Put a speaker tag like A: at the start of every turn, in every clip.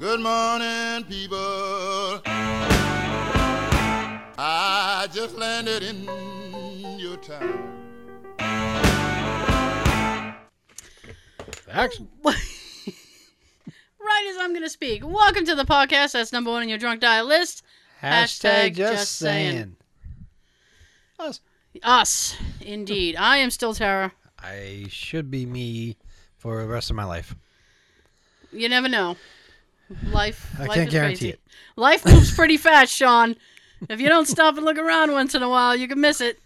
A: Good morning, people. I just landed in your town.
B: Action.
C: Right as I'm going to speak. Welcome to the podcast. That's number one on your drunk dial list. Hashtag just saying.
B: Us.
C: Us, indeed. I am still Tara.
B: I should be me for the rest of my life.
C: You never know. Life.
B: I
C: life
B: can't
C: is
B: guarantee
C: crazy.
B: it.
C: Life moves pretty fast, Sean. If you don't stop and look around once in a while, you can miss it.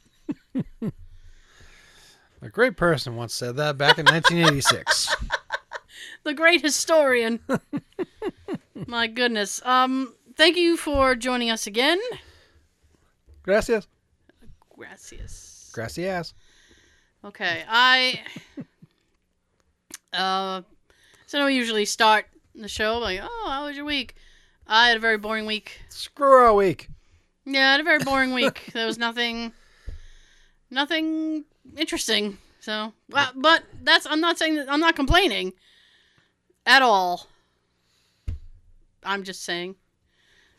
B: A great person once said that back in 1986.
C: The great historian. My goodness. Um, thank you for joining us again.
B: Gracias.
C: Gracias.
B: Gracias.
C: Okay, I. uh, so we usually start the show like, "Oh, how was your week?" I had a very boring week.
B: Screw a week.
C: Yeah, I had a very boring week. There was nothing, nothing interesting. So, well, but that's I'm not saying that I'm not complaining at all. I'm just saying.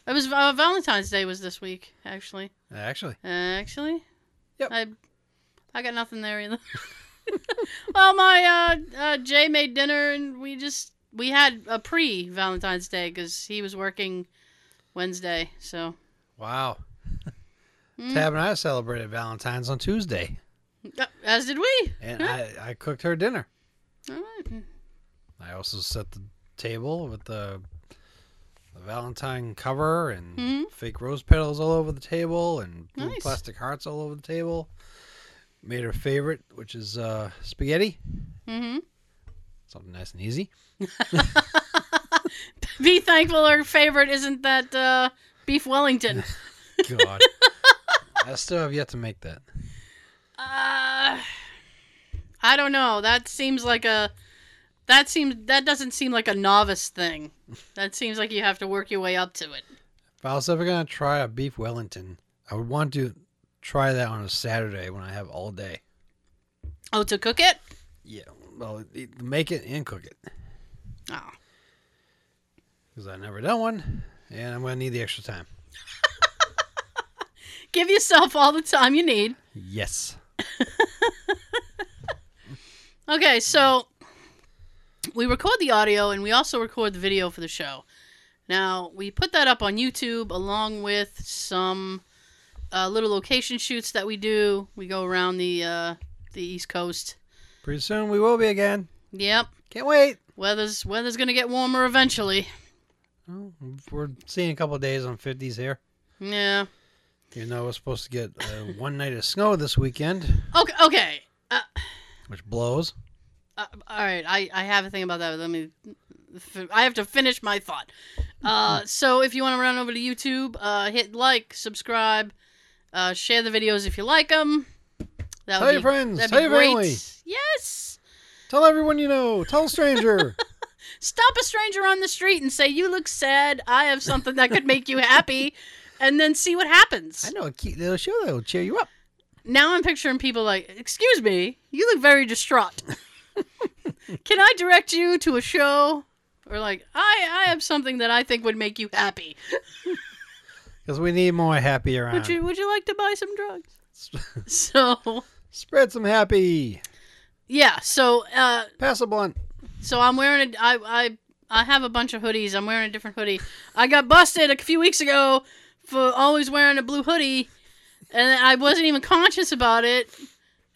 C: It was uh, Valentine's Day was this week, actually.
B: Actually,
C: Actually,
B: Yep.
C: I I got nothing there either. well, my uh, uh, Jay made dinner, and we just we had a pre Valentine's Day because he was working Wednesday. So
B: wow.
C: Mm.
B: Tab and I celebrated Valentine's on Tuesday,
C: Uh, as did we.
B: and I, I cooked her dinner.
C: All right.
B: I also set the table with the, the Valentine cover and fake rose petals all over the table and blue
C: Nice.
B: plastic hearts all over the table. Made her favorite, which is uh, spaghetti.
C: Mhm.
B: Something nice and easy.
C: Be thankful our favorite isn't that uh, beef Wellington.
B: God. I still have yet to make that.
C: Uh, I don't know. That seems like a that seems that doesn't seem like a novice thing. That seems like you have to work your way up to it.
B: If I was ever going to try a beef Wellington, I would want to try that on a Saturday when I have all day.
C: Oh, to cook it?
B: Yeah. Well, e- make it and cook it
C: Oh.
B: because I've never done one and I'm going to need the extra time.
C: Give yourself all the time you need.
B: Yes.
C: Okay, so we record the audio and we also record the video for the show. Now, we put that up on YouTube along with some uh, little location shoots that we do. We go around the uh, the East Coast.
B: Pretty soon we will be again.
C: Yep.
B: Can't wait.
C: Weather's weather's going to get warmer eventually.
B: Well, We're seeing a couple of days on 50s here.
C: Yeah.
B: You know, we're supposed to get uh, one night of snow this weekend,
C: Okay, okay. Uh,
B: which blows.
C: uh, all right, I, I have a thing about that. Let me. f- I have to finish my thought.
B: Hmm.
C: Uh, so if you want to run over to YouTube, uh, hit like, subscribe, uh, share the videos if you like them. That
B: Tell
C: would
B: your
C: be-
B: friends,
C: that'd
B: tell
C: be
B: your
C: great.
B: family.
C: Yes.
B: Tell everyone you know. Tell a stranger.
C: Stop a stranger on the street and say you look sad. I have something that could make you happy, and then see what happens.
B: I know a cute little show that will cheer you up.
C: Now I'm picturing people like, "Excuse me, you look very distraught. Can I direct you to a show?" Or like, "I I have something that I think would make you happy.
B: Because we need more happy around.
C: Would you would you like to buy some drugs?" so,
B: Spread some happy.
C: yeah, so uh
B: Pass a blunt.
C: so I'm wearing a I I I have a bunch of hoodies. I'm wearing a different hoodie. I got busted a few weeks ago for always wearing a blue hoodie and I wasn't even conscious about it.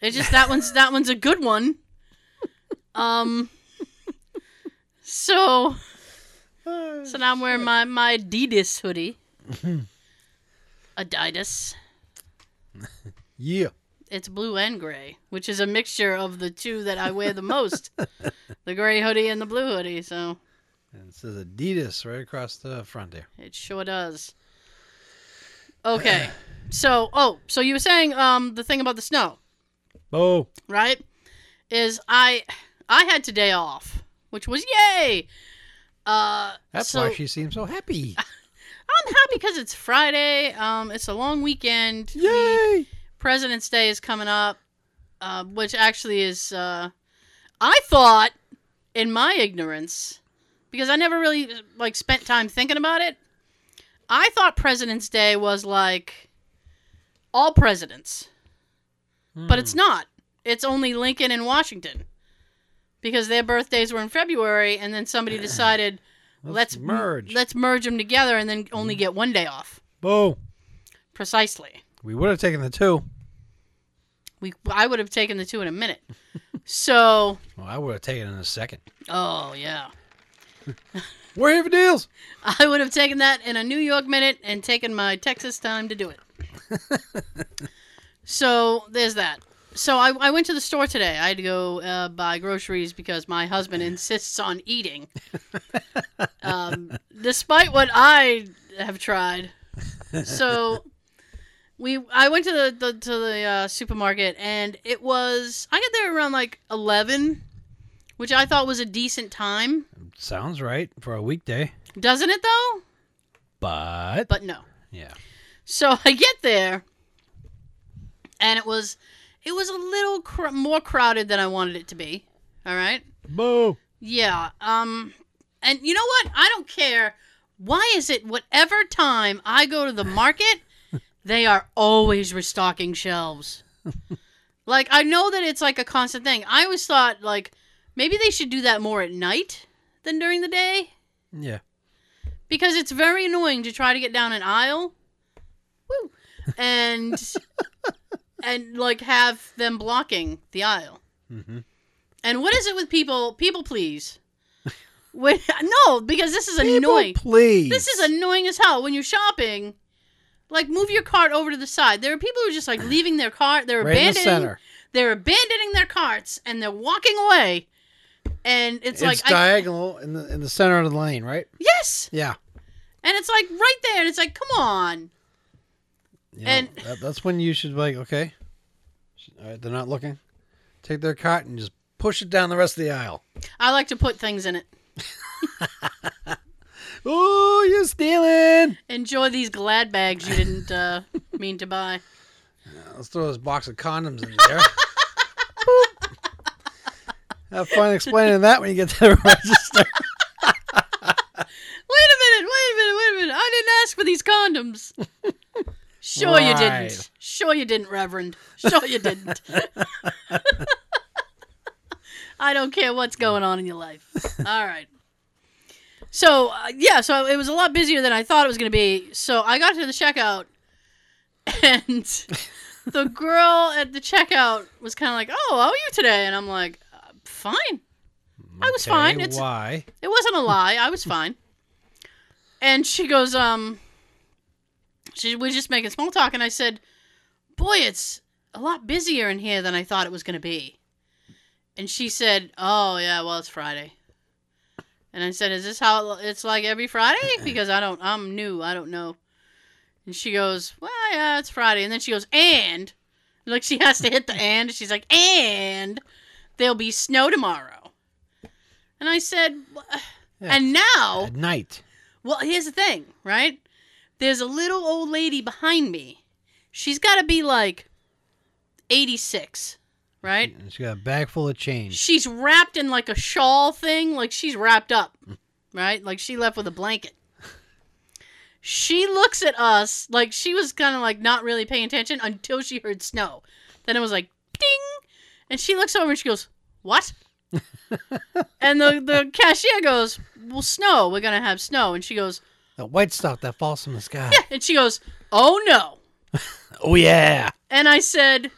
C: It's just that one's that one's a good one. Um so
B: Uh,
C: so now I'm wearing my my Adidas hoodie. Adidas.
B: yeah.
C: It's blue and gray, which is a mixture of the two that I wear the most. the gray hoodie and the blue hoodie, so
B: And it says Adidas right across the front there.
C: It sure does. Okay. so, oh, so you were saying um the thing about the snow,
B: Oh,
C: right? Is I I had today off, which was yay. Uh
B: that's
C: so
B: why she seems so happy.
C: I'm happy cuz it's Friday. Um it's a long weekend.
B: Yay!
C: President's Day is coming up, uh, which actually is uh I thought in my ignorance because I never really like spent time thinking about it. I thought President's Day was like all presidents, but it's not. It's only Lincoln and Washington because their birthdays were in February, and then somebody decided let's,
B: merge.
C: Let's merge them together, and then only get one day off.
B: Boom.
C: Precisely.
B: Hmm. We would have taken the two.
C: We I would have taken the two in a minute. so,
B: Well, I would have taken it in a second.
C: oh yeah.
B: We're here for deals.
C: I would have taken that in a New York minute and taken my Texas time to do it. so there's that. So I, I went to the store today. I had to go uh, buy groceries because my husband insists on eating, um, despite what I have tried. So we I went to the, the to the uh, supermarket and it was I got there around like eleven, which I thought was a decent time.
B: Sounds right for a weekday.
C: Doesn't it though?
B: But,
C: But no.
B: yeah.
C: So I get there, and it was it was a little cr- more crowded than I wanted it to be. All right.
B: Boo.
C: Yeah. Um. And you know what? I don't care. Why is it whatever time I go to the market, they are always restocking shelves. like I know that it's like a constant thing. I always thought like maybe they should do that more at night than during the day
B: Yeah.
C: because it's very annoying to try to get down an aisle Woo. and and like have them blocking the aisle
B: Mhm.
C: and what is it with people people please when, no because this is annoying
B: People, please.
C: this is annoying as hell when you're shopping like move your cart over to the side there are people who are just like leaving their cart they're
B: right in the
C: abandoning
B: center.
C: they're abandoning their carts and they're walking away and
B: It's,
C: it's, like I,
B: diagonal in the in the center of the lane, right?
C: yes
B: Yeah.
C: and it's like right there and it's like come on
B: You know,
C: And-
B: that, that's when you should be like, okay, all right, they're not looking. Take their cart and just push it down the rest of the aisle.
C: I like to put things in it.
B: Oh, you're stealing!
C: Enjoy these glad bags you didn't uh, mean to buy.
B: Let's throw this box of condoms in there. Boop. Have fun explaining that when you get to the register.
C: Wait a minute, wait a minute, wait a minute. I didn't ask for these condoms. Sure you
B: Right.
C: didn't. Sure you didn't, Reverend. Sure you didn't. I don't care what's going on in your life. All right. So, uh, yeah, so it was a lot busier than I thought it was going to be. So I got to the checkout, and the girl at the checkout was kind of like, Oh, how are you today? And I'm like, uh, Fine. I was
B: Okay,
C: fine. It's-
B: why?
C: It wasn't a lie. I was fine. And she goes, um, she we were just making small talk, and I said, "Boy, it's a lot busier in here than I thought it was going to be." And she said, "Oh yeah, well it's Friday." And I said, "Is this how it's like every Friday? Because I don't, I'm new, I don't know." And she goes, "Well, yeah, it's Friday." And then she goes, "And," like she has to hit the and. She's like, "And there'll be snow tomorrow." And I said, "Wha-
B: Yeah.
C: "And now."
B: At night.
C: Well, here's the thing, right? There's a little old lady behind me. She's got to be like 86, right?
B: And she got a bag full of change.
C: She's wrapped in like a shawl thing, like she's wrapped up, right? Like she left with a blanket. She looks at us like she was kind of like not really paying attention until she heard snow. Then it was like ding, and she looks over and she goes, "What?" and the the cashier goes, "Well, snow. We're gonna have snow." And she goes,
B: That white stuff that falls from the sky.
C: and she goes, "Oh no!"
B: Oh yeah.
C: And I said,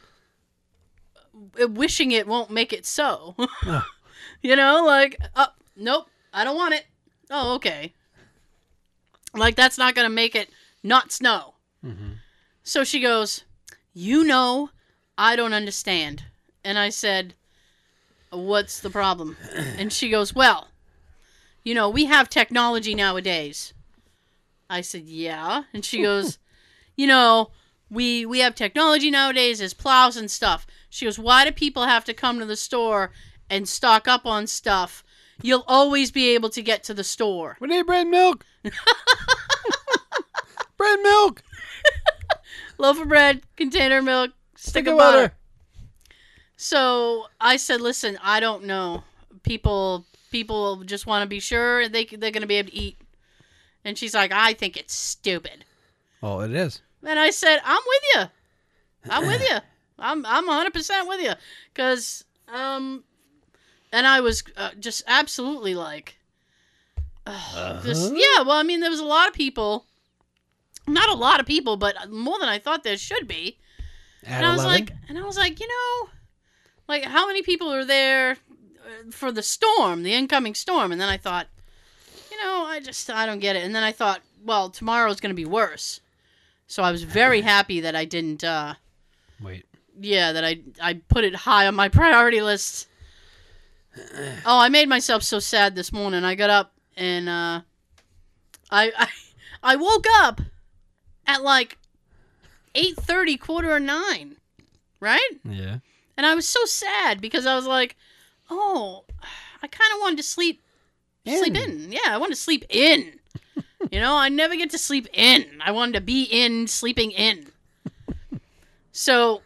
C: "Uh, "Wishing it won't make it so."
B: Oh.
C: you know, like, uh, nope, I don't want it. Oh, okay. Like that's not gonna make it not snow.
B: Mhm.
C: So she goes, "You know, I don't understand." And I said, "What's the problem?" And she goes, "Well, you know, we have technology nowadays." I said, "Yeah." And she goes, "You know, we we have technology nowadays as plows and stuff." She goes, "Why do people have to come to the store and stock up on stuff? You'll always be able to get to the store."
B: We need bread and milk. bread and milk.
C: loaf of bread, container of milk, stick, of butter. So I said, listen, I don't know. People people just want to be sure they they're going to be able to eat. And she's like, I think it's stupid.
B: Oh, it is.
C: And I said, I'm with you. I'm with you. I'm I'm 100% with you cuz um and I was uh, just absolutely like ugh, just
B: Uh-huh.
C: yeah, well I mean there was a lot of people not a lot of people, but more than I thought there should be.
B: At
C: And I was
B: 11?
C: like and I was like, you know, like how many people are there uh, for the storm, the incoming storm? And then I thought, you know, I just I don't get it. And then I thought, well, tomorrow's going to be worse. So I was very happy that I didn't uh
B: wait.
C: yeah, that I I put it high on my priority list. Oh, I made myself so sad this morning. I got up and uh, I, I I woke up at like eight thirty, quarter of nine, right?
B: Yeah.
C: And I was so sad because I was like, oh, I kind of wanted to sleep sleep in. Yeah, I wanted to sleep in. you know, I never get to sleep in. I wanted to be in sleeping in. so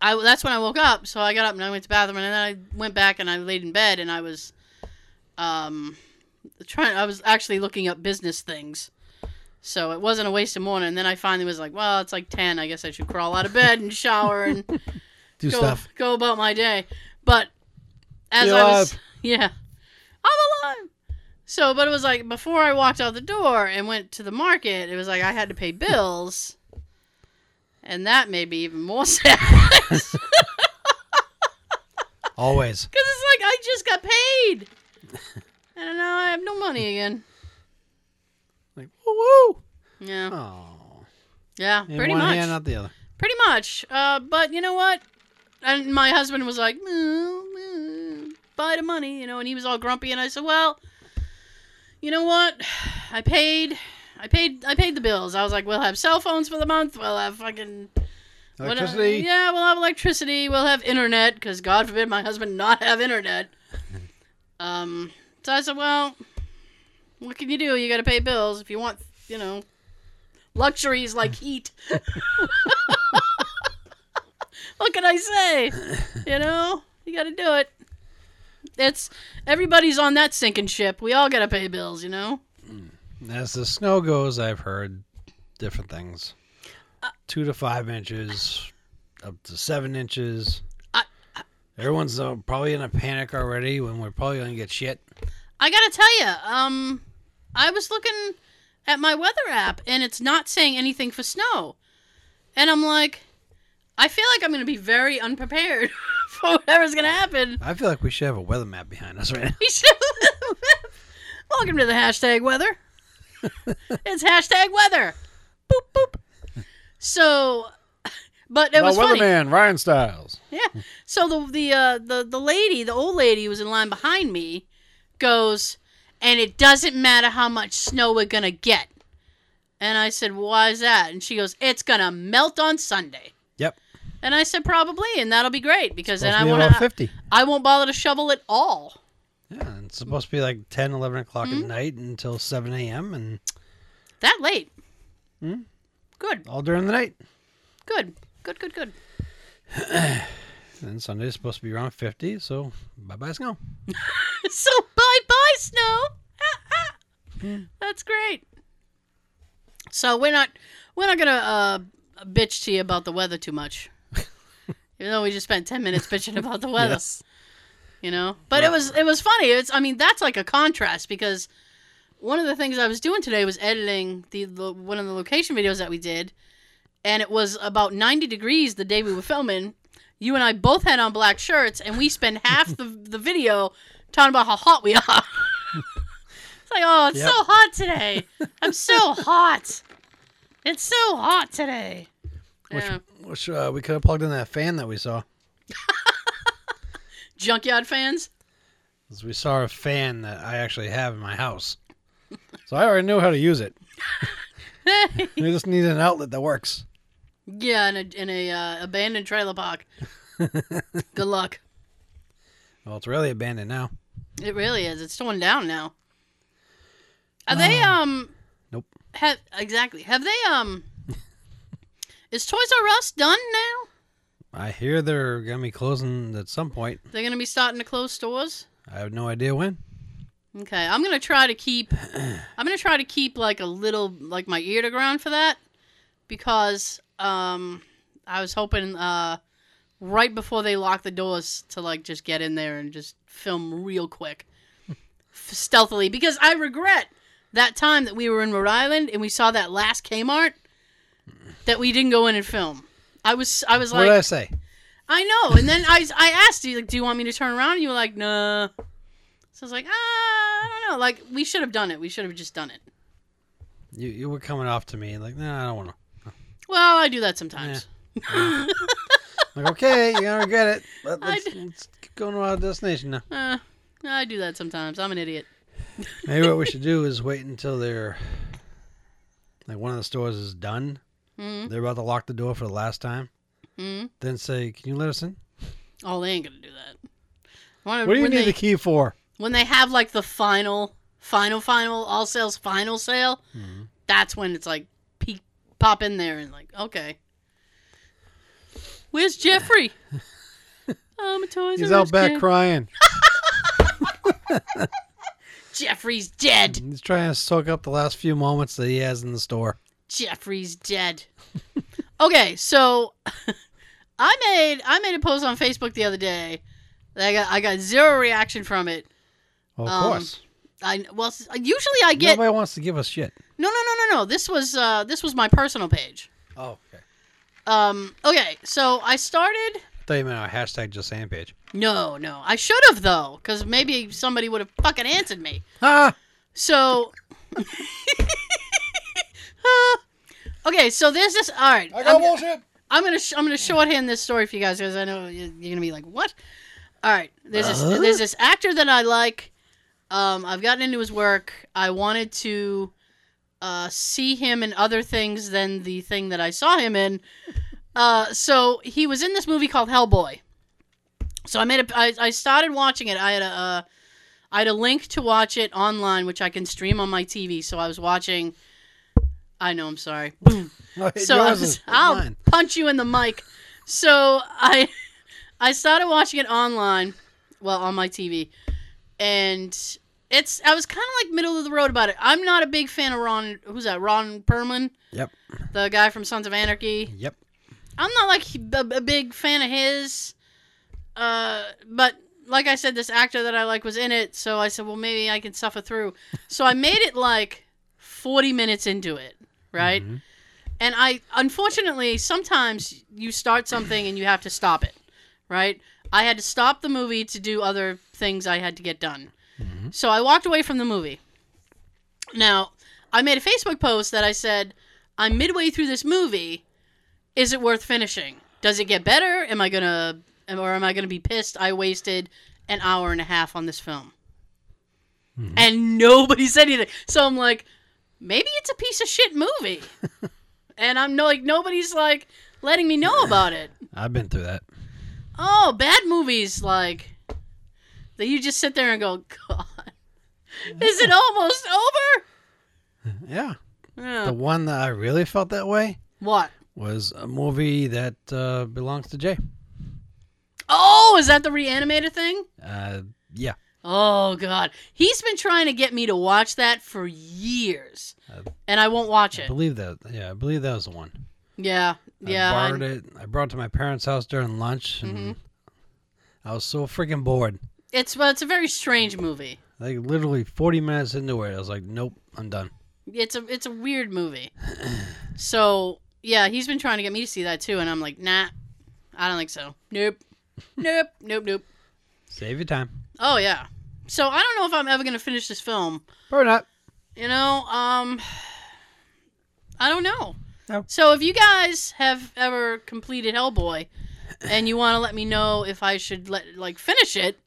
C: I that's when I woke up. So I got up and I went to the bathroom and then I went back and I laid in bed and I was um trying I was actually looking up business things. So it wasn't a waste of morning. And then I finally was like, well, it's like 10. I guess I should crawl out of bed and shower and
B: Do
C: go,
B: stuff.
C: go about my day. But as
B: You're
C: I was,
B: alive.
C: yeah, I'm alive. So, but it was like before I walked out the door and went to the market, it was like I had to pay bills, and that made me even more sad because it's like
B: Always.
C: I just got paid, and now I have no money again.
B: Like, woo woo.
C: Yeah,
B: Oh.
C: yeah,
B: In
C: pretty
B: one
C: much.
B: hand, not the other.
C: pretty much. Uh, but you know what? And my husband was like, mm, mm, "Buy the money," you know, and he was all grumpy. And I said, "Well, you know what? I paid, I paid, I paid the bills. I was like, we'll have cell phones for the month. We'll have fucking what-
B: Electricity.
C: uh, yeah, we'll have electricity. We'll have internet because God forbid my husband not have internet. um, so I said, well, what can you do? You got to pay bills if you want, you know, luxuries like heat. what can I say? You know, you got to do it. It's everybody's on that sinking ship. We all got to pay bills, you know.
B: As the snow goes, I've heard different things.
C: Uh,
B: Two to five inches, up to seven inches.
C: I-
B: Everyone's uh, probably in a panic already when we're probably going to get shit.
C: I gotta tell you, um, I was looking at my weather app and it's not saying anything for snow, and I'm like, I feel like I'm gonna be very unprepared for whatever's gonna happen.
B: I feel like we should have a weather map behind us right now.
C: We should- Welcome to the hashtag weather. it's hashtag weather. Boop boop. So, but it was funny.
B: Ryan Styles.
C: Yeah. So the the uh, the the lady, the old lady who was in line behind me, goes, and it doesn't matter how much snow we're gonna get. And I said, why is that? And she goes, it's gonna melt on Sunday.
B: Yep.
C: And I said, probably, and that'll be great because then
B: Supposed
C: I
B: to be
C: won't
B: about
C: ha-
B: 50.
C: I won't bother to shovel at all.
B: Yeah, and it's supposed to be like 10, 11 o'clock
C: Hmm?
B: at night until 7 a.m. and
C: That late.
B: Hmm?
C: Good,
B: all during the night.
C: good, good, good, good.
B: And Sunday's supposed to be around 50, so bye bye snow.
C: so bye bye snow that's great so we're not we're not gonna uh bitch to you about the weather too much even though we just spent 10 minutes bitching about the weather
B: Yes.
C: you know but it was it was funny it's i mean that's like a contrast because one of the things i was doing today was editing the, the one of the location videos that we did and it was about 90 degrees the day we were filming you and i both had on black shirts and we spend half the, the video talking about how hot we are it's like oh it's
B: Yep.
C: so hot today i'm so hot it's so hot today
B: Which,
C: yeah.
B: which uh, we could have plugged in that fan that we saw.
C: junkyard fans
B: 'cause we saw a fan that I actually have in my house. So I already knew how to use it. We just need an outlet that works.
C: Yeah, in a in a uh, abandoned trailer park. Good luck.
B: Well, it's really abandoned now.
C: It really is. It's torn down now. Are they um?
B: Nope.
C: Have exactly. Have they um? is Toys R Us done now?
B: I hear they're going to be closing at some point.
C: They're gonna be starting to close stores.
B: I have no idea when.
C: Okay, I'm gonna try to keep. I'm gonna try to keep like a little like my ear to ground for that, because um, I was hoping uh, right before they lock the doors to like just get in there and just film real quick, f- stealthily. Because I regret that time that we were in Rhode Island and we saw that last Kmart that we didn't go in and film. I was I was
B: what
C: like
B: did I say?
C: I know. And then I, I asked you, like, do you want me to turn around? And you were like, nah. So I was like, ah, I don't know. Like, we should have done it. We should have just done it.
B: You you were coming off to me like, no, nah, I don't want to.
C: Well, I do that sometimes.
B: Like, okay, you're gonna regret it. Let,
C: I
B: let's,
C: d-
B: let's keep going to our destination now.
C: Uh, I do that sometimes. I'm an idiot.
B: Maybe what we should do is wait until they're like one of the stores is done.
C: Mhm.
B: They're about to lock the door for the last time.
C: Mhm.
B: Then say, "Can you let us in?"
C: Oh, they ain't going to do that. When,
B: What do you
C: Uh, when
B: need the
C: they,
B: key for?
C: when they have, like, the final, final, final, all sales final sale,
B: Mhm.
C: that's when it's like, peek, pop in there and, like, okay. Where's Jeffrey? um, toys
B: He's
C: R
B: out
C: Us
B: back
C: kid.
B: crying.
C: Jeffrey's dead.
B: He's trying to soak up the last few moments that he has in the store.
C: Jeffrey's dead. okay, so I made I made a post on Facebook the other day. That I got I got zero reaction from it.
B: Well, of
C: Um,
B: course,
C: I well s- usually I get
B: nobody wants to give us shit.
C: no no no no no. This was uh, this was my personal page.
B: Oh, okay.
C: Um, okay, so I started.
B: I thought you meant our hashtag just sand page.
C: No no, I should have though, because maybe somebody would have fucking answered me.
B: Ah,
C: So. okay, so there's this. All right, I'm-
B: bullshit.
C: I'm gonna sh- I'm gonna shorthand this story for you guys because I know you- you're gonna be like, what? All right, there's
B: Huh?
C: this there's this actor that I like. Um, I've gotten into his work. I wanted to uh, see him in other things than the thing that I saw him in. Uh, so he was in this movie called Hellboy. So I made a I, I started watching it. I had a uh, I had a link to watch it online, which I can stream on my TV. So I was watching. I know. I'm sorry. Boom so I
B: yours
C: was,
B: is
C: I'll
B: mine.
C: punch you in the mic. So I I started watching it online, well on my TV, and it's I was kind of like middle of the road about it. I'm not a big fan of Ron. Who's that? Ron Perlman,
B: Yep.
C: the guy from Sons of Anarchy.
B: Yep.
C: I'm not like he- a, a big fan of his. Uh, but like I said, this actor that I like was in it, so I said, well, maybe I can suffer through. So I made it like 40 minutes into it, right?
B: Mhm.
C: And I, unfortunately, sometimes you start something and you have to stop it, right? I had to stop the movie to do other things I had to get done.
B: Mhm.
C: So I walked away from the movie. Now, I made a Facebook post that I said, I'm midway through this movie. Is it worth finishing? Does it get better? Am I gonna, am- or am I gonna be pissed? I wasted an hour and a half on this film, and nobody said anything. So I'm like, maybe it's a piece of shit movie, and I'm no, like, nobody's like letting me know about it.
B: I've been through that.
C: Oh, bad movies like that. You just sit there and go, God, is it almost over?
B: Yeah.
C: Yeah.
B: The one that I really felt that way
C: what?
B: was a movie that uh, belongs to Jay.
C: Oh, is that the reanimator thing?
B: Uh, yeah.
C: Oh God, he's been trying to get me to watch that for years,
B: I-
C: and I won't watch
B: I
C: it.
B: believe that. Yeah, I believe that was the one.
C: Yeah, yeah.
B: I
C: I-
B: borrowed it. I brought it to my parents' house during lunch, and
C: Mm-hmm.
B: I was so freaking bored.
C: It's well, it's a very strange movie.
B: Like literally 40 minutes into it, I was like, "Nope, I'm done."
C: It's a it's a weird movie. so yeah, he's been trying to get me to see that too, and I'm like, nah, I don't think so. Nope, nope, nope, nope.
B: Save your time.
C: Oh yeah. So I don't know if I'm ever gonna finish this film.
B: Probably not.
C: You know, um, I don't know.
B: No.
C: So if you guys have ever completed Hellboy, and you want to let me know if I should let like finish it,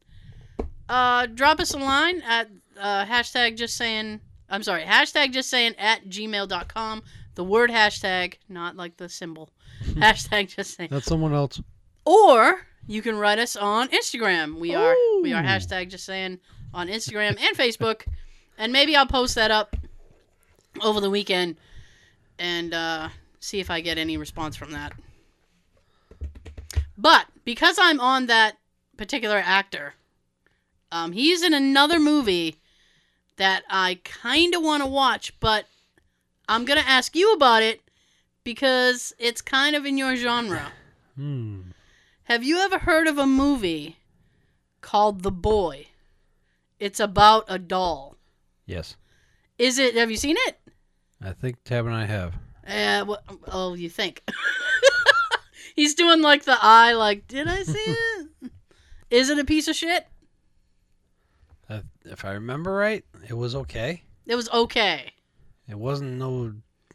C: uh, drop us a line at uh, hashtag just saying. I'm sorry, hashtag just saying at gmail.com. The word hashtag, not like the symbol. hashtag just saying.
B: That's someone else.
C: Or you can write us on Instagram. We are we are
B: Ooh.
C: hashtag just saying on Instagram and Facebook, and maybe I'll post that up over the weekend and uh, see if I get any response from that. But because I'm on that particular actor, Um, he's in another movie that I kind of want to watch, but I'm gonna ask you about it because it's kind of in your genre.
B: Hmm.
C: Have you ever heard of a movie called The Boy? It's about a doll.
B: Yes.
C: Is it? Have you seen it?
B: I think Tab and I have.
C: Uh, what, oh, you think? He's doing like the eye, like, did I see it? Is it a piece of shit?
B: I, if I remember right, it was okay.
C: It was okay.
B: It wasn't no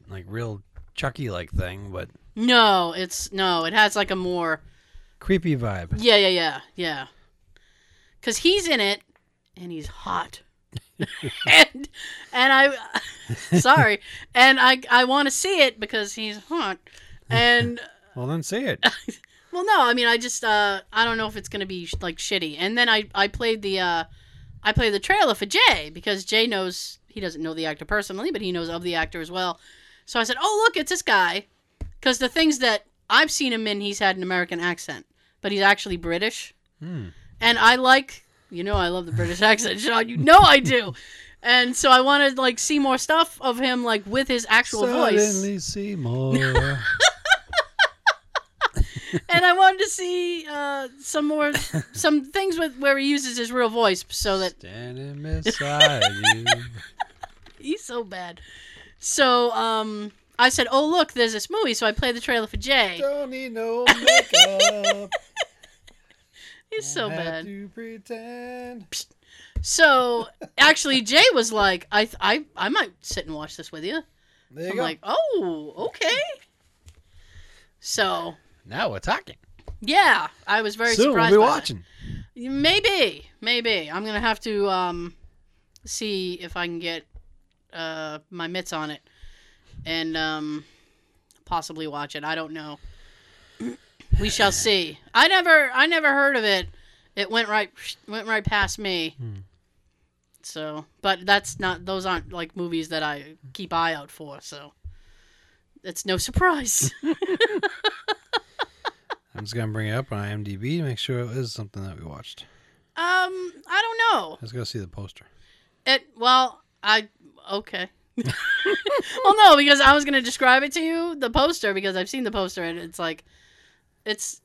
B: like real Chucky like thing, but
C: No, it's no. It has like a more
B: creepy vibe.
C: yeah, yeah, yeah, yeah. Cause he's in it, and he's hot, and and I, sorry, and I I want to see it because he's hot, and
B: Well, then see it.
C: Well, no, I mean, I just uh, I don't know if it's gonna be sh- like shitty. And then I I played the uh, I played the trailer for Jay because Jay knows he doesn't know the actor personally, but he knows of the actor as well. So I said, "Oh, look, it's this guy," because the things that I've seen him in, he's had an American accent, but he's actually British.
B: Hmm.
C: And I like, you know, I love the British accent, Sean. You know I do. And so I wanted like see more stuff of him like with his actual voice.
B: Suddenly Seymour.
C: and I wanted to see uh, some more some things with where he uses his real voice so that
B: standing beside you.
C: he's so bad. So um, I said, "Oh look, there's this movie." So I played the trailer for Jay.
B: Don't need no makeup.
C: He's so
B: Don't have
C: bad.
B: to pretend.
C: So actually, Jay was like, "I I I might sit and watch this with you."
B: There you
C: I'm
B: go.
C: like, "Oh, okay." So
B: now we're talking.
C: yeah, I was very
B: Soon we'll
C: surprised.
B: be
C: by that.
B: watching.
C: Maybe, maybe I'm gonna have to um, see if I can get uh, my mitts on it and um, possibly watch it. I don't know. We shall see. I never, I never heard of it. It went right, went right past me.
B: Hmm.
C: So, but that's not; those aren't like movies that I keep eye out for. So, it's no surprise. Um,
B: I'm just gonna bring it up on IMDb to make sure it is something that we watched.
C: um, I don't know.
B: Let's go see the poster.
C: It well, I okay. well, no, because I was gonna describe it to you the poster because I've seen the poster and it's like, it's.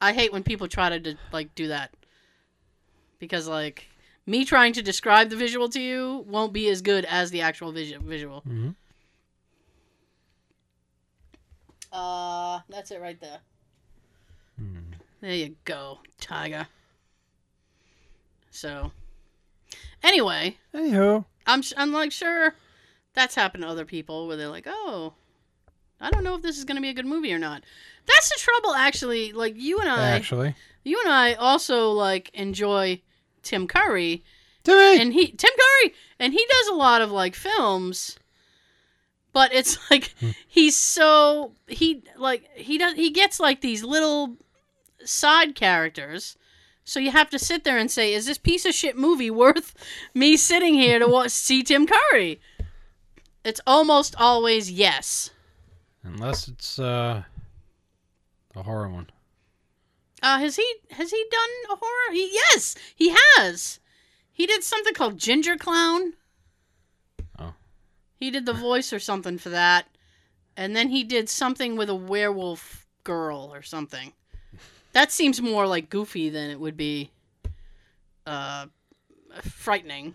C: I hate when people try to de- like do that because like me trying to describe the visual to you won't be as good as the actual visu- visual.
B: Mhm.
C: Uh, that's it right there.
B: Hmm.
C: There you go, Tiger. So, anyway,
B: Anywho,
C: I'm s- I'm like sure that's happened to other people where they're like, "Oh, I don't know if this is going to be a good movie or not." That's the trouble actually. Like you and I,
B: actually,
C: you and I also like enjoy Tim Curry
B: Timmy.
C: and he Tim Curry and he does a lot of like films but it's like he's so he like he does he gets like these little side characters so you have to sit there and say is this piece of shit movie worth me sitting here to watch, see Tim Curry it's almost always yes
B: Unless it's uh, the horror one.
C: uh has he has he done a horror he, yes he has he did something called Ginger Clown
B: Oh,
C: He did the voice or something for that. And then he did something with a werewolf girl or something. That seems more like goofy than it would be uh frightening.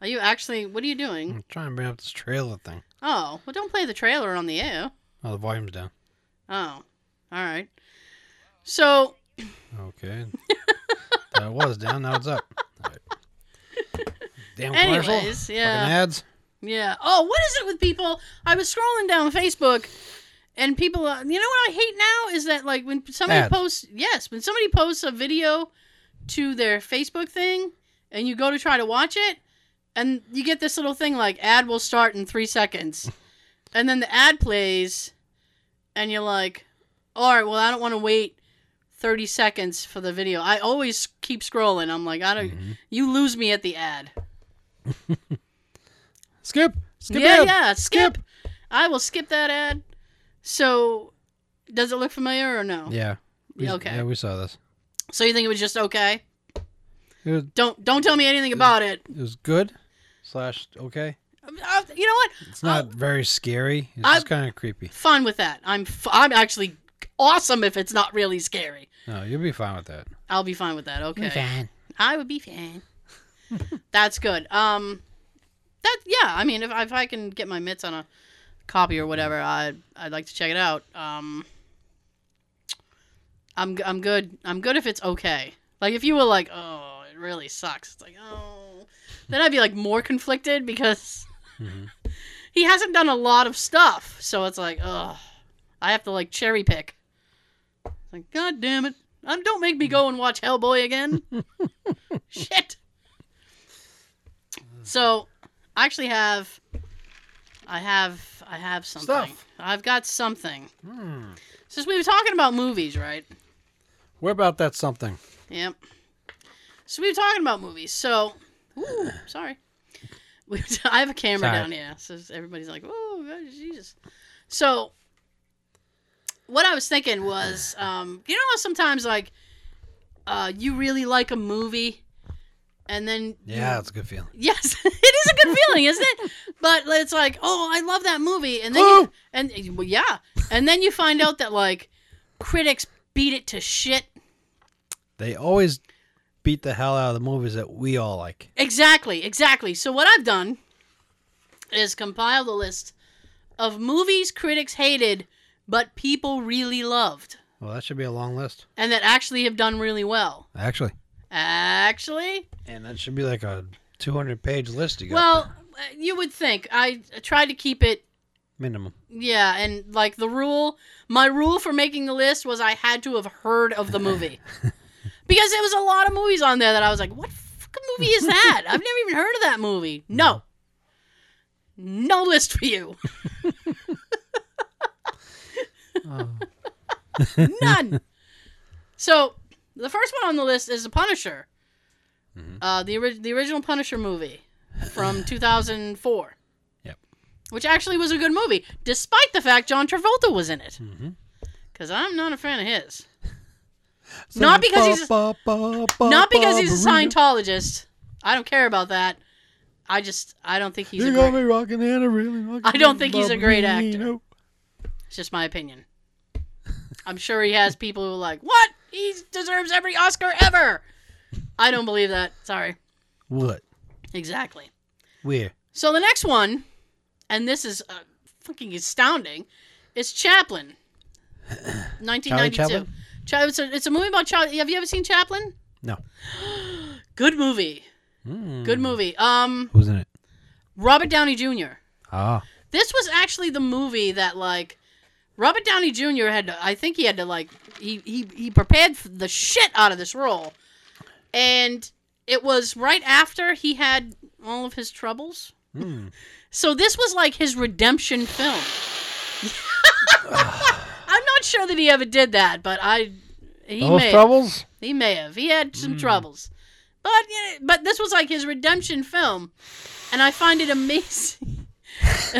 C: Are you actually what are you doing?
B: I'm trying to bring up this trailer thing.
C: Oh, well don't play the trailer on the air.
B: Oh, the volume's down.
C: Oh. All right. So,
B: Okay. that was down. Now it's up. All right. Damn commercial.
C: anyways, yeah.
B: Fucking ads.
C: Yeah. Oh, what is it with people? I was scrolling down Facebook, and people. Uh, you know what I hate now is that like when somebody
B: Ads.
C: posts yes, when somebody posts a video to their Facebook thing, and you go to try to watch it, and you get this little thing like ad will start in three seconds, and then the ad plays, and you're like, all right, well I don't want to wait. 30 seconds for the video. I always keep scrolling. I'm like, I don't
B: Mhm.
C: you lose me at the ad.
B: Skip. Skip.
C: yeah,
B: ad.
C: yeah, skip.
B: Skip.
C: I will skip that ad. So, does it look familiar or no?
B: Yeah. We,
C: Okay.
B: Yeah, we saw this.
C: So you think it was just okay?
B: It was,
C: Don't don't tell me anything about it.
B: it was good slash okay.
C: Um, uh, you know what?
B: It's not very scary. It's
C: I-
B: just kind of creepy.
C: Fine with that. I'm f- I'm actually awesome if it's not really scary.
B: No, you'll be fine with that.
C: I'll be fine with that. Okay. I would be fine. That's good. Um, that yeah. I mean, if if I can get my mitts on a copy or whatever, I I'd like to check it out. Um, I'm g- I'm good. I'm good if it's okay. Like if you were like, oh, it really sucks. It's like, oh, then I'd be like more conflicted because
B: Mhm.
C: he hasn't done a lot of stuff. So it's like, oh, I have to like cherry pick. It's like, god damn it! Um, don't make me go and watch Hellboy again. Shit. So, I actually have, I have, I have something.
B: Stuff.
C: I've got something.
B: Hmm.
C: Since we were talking about movies, right?
B: What about that something?
C: Yep. So we were talking about movies. So, ooh, sorry. We were t- I have a camera
B: Sorry.
C: down here, so everybody's like, "Oh, God, Jesus." So, what I was thinking was, um, you know, how sometimes like, uh, you really like a movie, and then you-
B: Yeah, it's a good feeling.
C: yes, it is a good feeling, isn't it? But it's like, oh, I love that movie, and then you,
B: Oh!
C: and well, yeah, and then you find out that like critics beat it to shit
B: They always beat the hell out of the movies that we all like.
C: Exactly, exactly. So what I've done is compiled a list of movies critics hated but people really loved
B: Well, that should be a long list,
C: and that actually have done really well.
B: actually.
C: Actually,
B: And that should be like a 200 page list you got.
C: well,
B: there.
C: uh, you would think I tried to keep it
B: minimum.
C: yeah, and like the rule, my rule for making the list was I had to have heard of the movie. because there was a lot of movies on there that I was like, what fucking movie is that? I've never even heard of that movie. No. No list for you.
B: Oh.
C: None. so the first one on the list is The Punisher,
B: Mhm.
C: uh, the ori- the original Punisher movie from 2004.
B: Yep.
C: Which actually was a good movie, despite the fact John Travolta was in it.
B: Mm-hmm.
C: Because I'm not a fan of his. Not because he's a- Not because he's a Scientologist. I don't care about that. I just I don't think he's a
B: You're gonna
C: great.
B: be rocking and a really rocking
C: I don't think he's a great
B: ballerina.
C: It's just my opinion. I'm sure he has people who are like, "What? He deserves every Oscar ever." I don't believe that. Sorry.
B: What?
C: Exactly.
B: Where?
C: So the next one, and this is uh, fucking astounding, is Chaplin, 1992.
B: Chaplin?
C: Cha- it's, a, it's a movie about Charlie. Have you ever seen Chaplin?
B: No.
C: Good movie.
B: Mm.
C: Good movie. Um,
B: Who's in it?
C: Robert Downey Jr.
B: Ah,
C: This was actually the movie that like Robert Downey Jr. had. To, I think he had to like he he he prepared f- the shit out of this role, and it was right after he had all of his troubles.
B: Mm.
C: So this was like his redemption film. I'm not sure that he ever did that, but I he
B: those
C: may
B: troubles.
C: he may have he had some
B: Mm.
C: troubles, but you know, but this was like his redemption film, and I find it amazing. and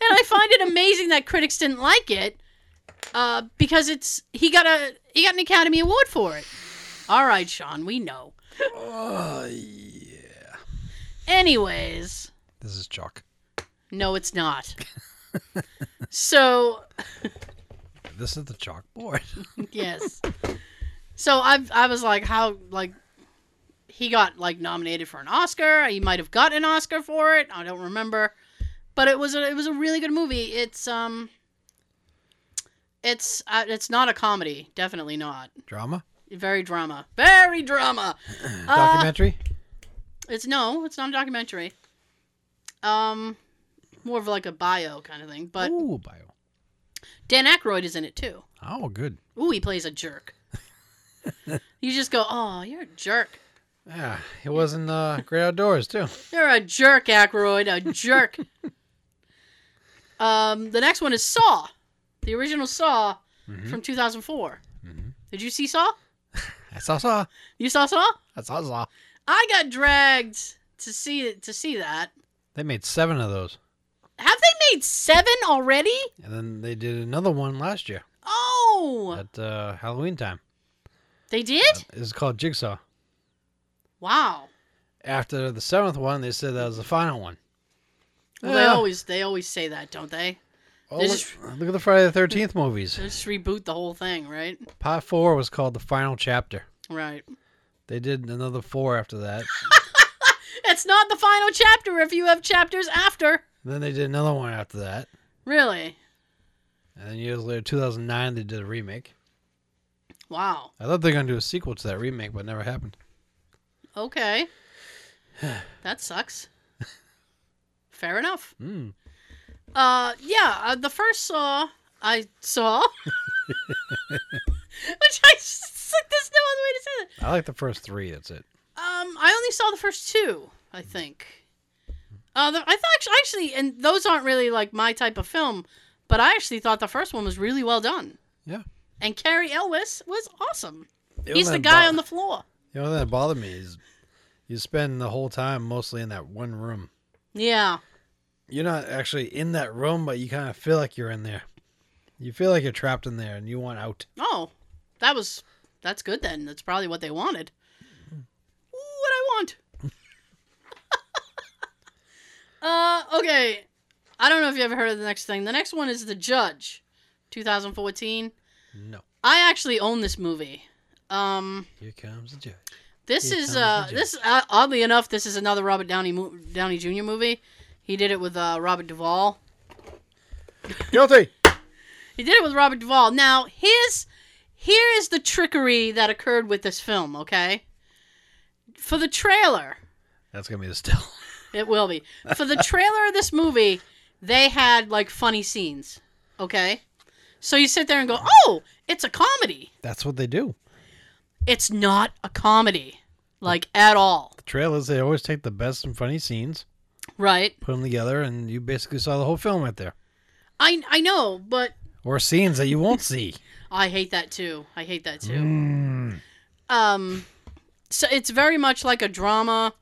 C: I find it amazing that critics didn't like it, uh, because it's he got a he got an Academy Award for it. All right, Sean, we know.
B: Oh, yeah.
C: Anyways.
B: This is chalk.
C: No, it's not. so
B: This is the chalkboard.
C: yes, so I I was like, how like he got like nominated for an Oscar. He might have got an Oscar for it. I don't remember, but it was a, it was a really good movie. It's um, it's uh, it's not a comedy, definitely not.
B: Drama?
C: Very drama, very drama. Uh,
B: Documentary?
C: It's no, it's not a documentary. Um, more of like a bio kind of thing. But
B: Ooh, bio.
C: Dan Aykroyd is in it too.
B: Oh, good.
C: Ooh, he plays a jerk. you just go, oh, you're a jerk.
B: Yeah, it wasn't uh, great outdoors too.
C: You're a jerk, Aykroyd, a jerk. um, the next one is Saw, the original Saw
B: Mhm.
C: from 2004.
B: Mhm.
C: Did you see Saw?
B: I saw saw.
C: You saw Saw?
B: I saw saw.
C: I got dragged to see it to see that.
B: They made seven of those,
C: Have they made seven already?
B: and then they did another one last year
C: Oh,
B: at uh, Halloween time.
C: they did.
B: It's called Jigsaw.
C: Wow.
B: After the seventh one, they said that was the final one.
C: Well, They
B: Yeah.
C: always they always say that, don't they?
B: Oh,
C: they
B: look,
C: just-
B: look at the Friday the Thirteenth movies.
C: They just reboot the whole thing, right?
B: Part four was called the final chapter.
C: Right.
B: They did another four after that.
C: It's not the final chapter if you have chapters after.
B: then they did another one after that.
C: Really?
B: And then years later, 2009, they did a remake.
C: Wow.
B: I thought they were going to do a sequel to that remake, but it never happened.
C: Okay. that sucks. Fair enough.
B: Mm.
C: Uh, yeah, uh, the first Saw I saw, which I just, like, there's no other way to say that.
B: I like the first three. That's it.
C: Um, I only saw the first two, I think. Uh, the, I thought actually, actually, and those aren't really like my type of film, but I actually thought the first one was really well done.
B: Yeah.
C: And Carrie Elwes was awesome.
B: The only
C: He's
B: thing
C: the
B: that
C: guy
B: bo-
C: on the floor.
B: The only thing that bothered me is you spend the whole time mostly in that one room.
C: Yeah.
B: You're not actually in that room, but you kind of feel like you're in there. You feel like you're trapped in there and you want out.
C: Oh, that was that's good then. That's probably what they wanted. What I want. uh, okay. I don't know if you ever heard of the next thing. The next one is The Judge, 2014.
B: No.
C: I actually own this movie. Um,
B: Here comes the judge.
C: this
B: Here
C: is
B: comes the
C: uh,
B: judge.
C: this uh, oddly enough, this is another Robert Downey mo- Downey Jr. movie. He did it with uh, Robert Duvall.
B: Guilty!
C: He did it with Robert Duvall. Now, here's here is the trickery that occurred with this film, okay? For the trailer,
B: That's going to be the still.
C: it will be. For the trailer of this movie, they had like funny scenes, okay? So you sit there and go, "Oh, it's a comedy."
B: That's what they do.
C: It's not a comedy like at all,
B: The trailers, they always take the best and funny scenes,
C: right?
B: put them together, and you basically saw the whole film right there.
C: I I know, but
B: Or scenes that you won't see.
C: I hate that too. I hate that too. Um, so it's very much like a drama,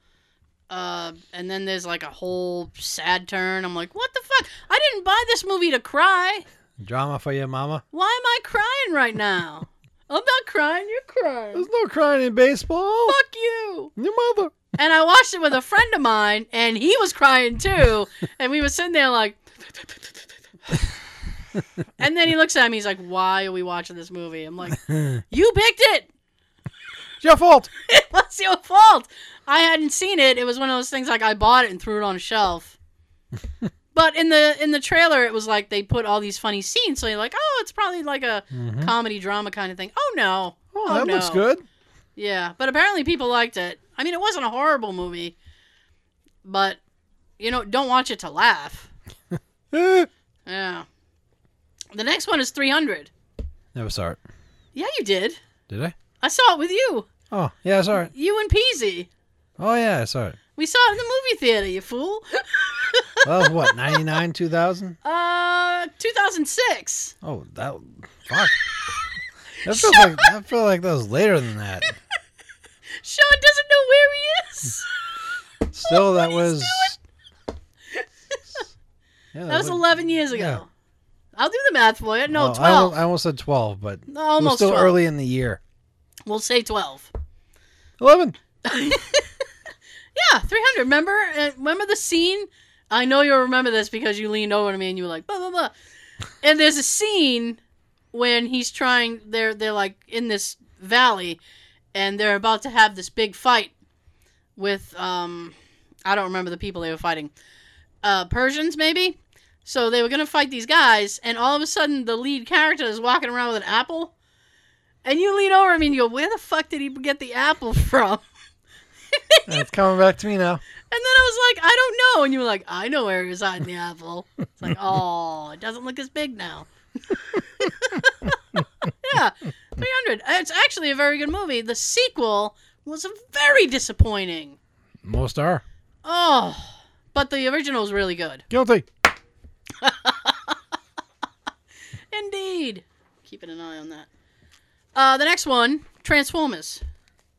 C: uh, and then there's like a whole sad turn. I'm like, what the fuck? I didn't buy this movie to cry.
B: Drama for your mama.
C: Why am I crying right now? I'm not crying. You're crying.
B: There's no crying in baseball.
C: Fuck you.
B: Your mother.
C: And I watched it with a friend of mine, and he was crying too. And we were sitting there like. and then he looks at me. He's like, "Why are we watching this movie?" I'm like, "You picked it.
B: It's your fault.
C: it was your fault. I hadn't seen it. It was one of those things like I bought it and threw it on a shelf. but in the in the trailer, it was like they put all these funny scenes. So you're like, oh, it's probably like a
B: Mhm.
C: comedy drama kind of thing. Oh no.
B: Oh, that
C: no.
B: looks good.
C: Yeah, but apparently people liked it. I mean, it wasn't a horrible movie, but you know, don't watch it to laugh.
B: Eh.
C: Yeah. The next one is 300.
B: Never saw it.
C: Yeah, you did.
B: Did I?
C: I saw it with you.
B: Oh, yeah, I saw it.
C: You and Peasy.
B: Oh, yeah, I saw it.
C: We saw it in the movie theater, you fool.
B: That was what, 99, 2000?
C: Uh, 2006.
B: Oh, that. Fuck. That feels like that felt like that was later than that.
C: Sean doesn't know where he is.
B: Still, that was. Yeah,
C: That was
B: looked-
C: 11 years ago.
B: Yeah.
C: I'll do the math for you. No,
B: well, I, al-
C: 12.
B: I almost said twelve, but it
C: No,
B: was
C: Almost
B: still
C: 12.
B: early in the year.
C: We'll say 12.
B: Eleven.
C: Yeah, 300. Remember? Uh, remember the scene? I know you'll remember this because you leaned over to me and you were like, blah, blah, blah. And there's a scene when he's trying, they're, they're like in this valley and they're about to have this big fight with, um, I don't remember the people they were fighting. Uh, Persians, maybe? So they were going to fight these guys, and all of a sudden the lead character is walking around with an apple. And you lean over to me and you go, where the fuck did he get the apple from?
B: It's coming back to me now.
C: And then I was like, I don't know. And you were like, I know where it is on the apple. It's like, oh, it doesn't look as big now. yeah, 300. It's actually a very good movie. The sequel was very disappointing.
B: Most are
C: Oh, but the original is really good.
B: guilty.
C: Indeed. Keeping an eye on that. Uh, the next one, Transformers.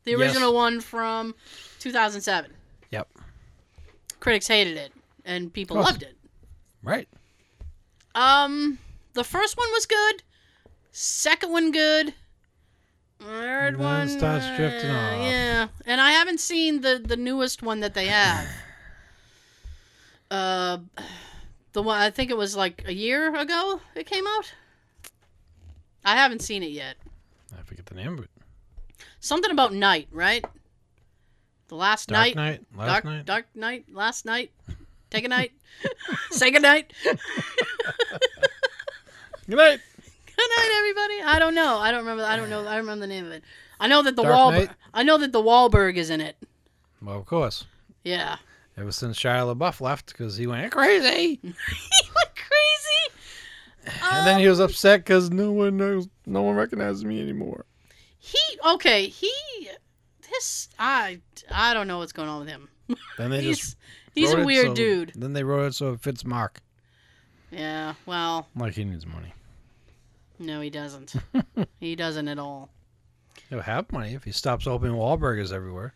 C: The
B: Yes.
C: original one from 2007.
B: Yep. Oh.
C: Critics hated it, and people
B: Of course.
C: loved it.
B: Right.
C: Um, the first one was good. Second one good.
B: Then
C: Third
B: it
C: one uh,
B: starts drifting off.
C: Yeah, and I haven't seen the the newest one that they have. Uh, the one I think it was like a year ago it came out. I haven't seen it yet.
B: I forget the name of it.
C: Something about night, right? The last
B: Dark
C: night,
B: Knight. Last
C: dark
B: night.
C: dark night, last night, take a night, say good night.
B: Good night.
C: Good night, everybody. I don't know. I don't remember. I don't know. I don't remember the name of it. I know that the
B: Dark
C: Wahlberg.
B: Knight?
C: I know that the Wahlberg is in it.
B: Well, of course.
C: Yeah.
B: Ever since Shia LaBeouf left because he went crazy,
C: he went crazy.
B: and then he was upset because no one knows, no one recognizes me anymore.
C: Uh, He okay. He this I I don't know what's going on with him.
B: Then they
C: he's
B: just
C: he's
B: wrote
C: a
B: it
C: weird
B: so-
C: dude.
B: Then they wrote it so it fits Mark.
C: Yeah. Well,
B: Like he needs money.
C: no, he doesn't. he doesn't at all.
B: He'll have money if he stops opening Wahlburgers everywhere.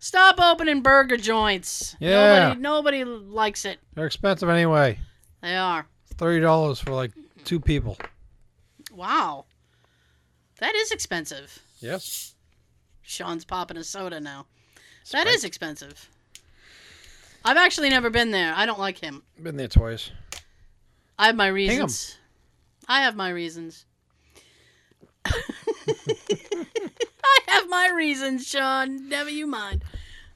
C: Stop opening burger joints.
B: Yeah.
C: Nobody, nobody likes it.
B: They're expensive anyway.
C: They are.
B: Thirty dollars for like two people.
C: Wow. That is expensive.
B: Yes.
C: Sean's popping a soda now. That is expensive. I've actually never been there. I don't like him.
B: Been there twice.
C: I have my
B: him.
C: reasons. I have my reasons. I have my reasons, Sean. Never you mind.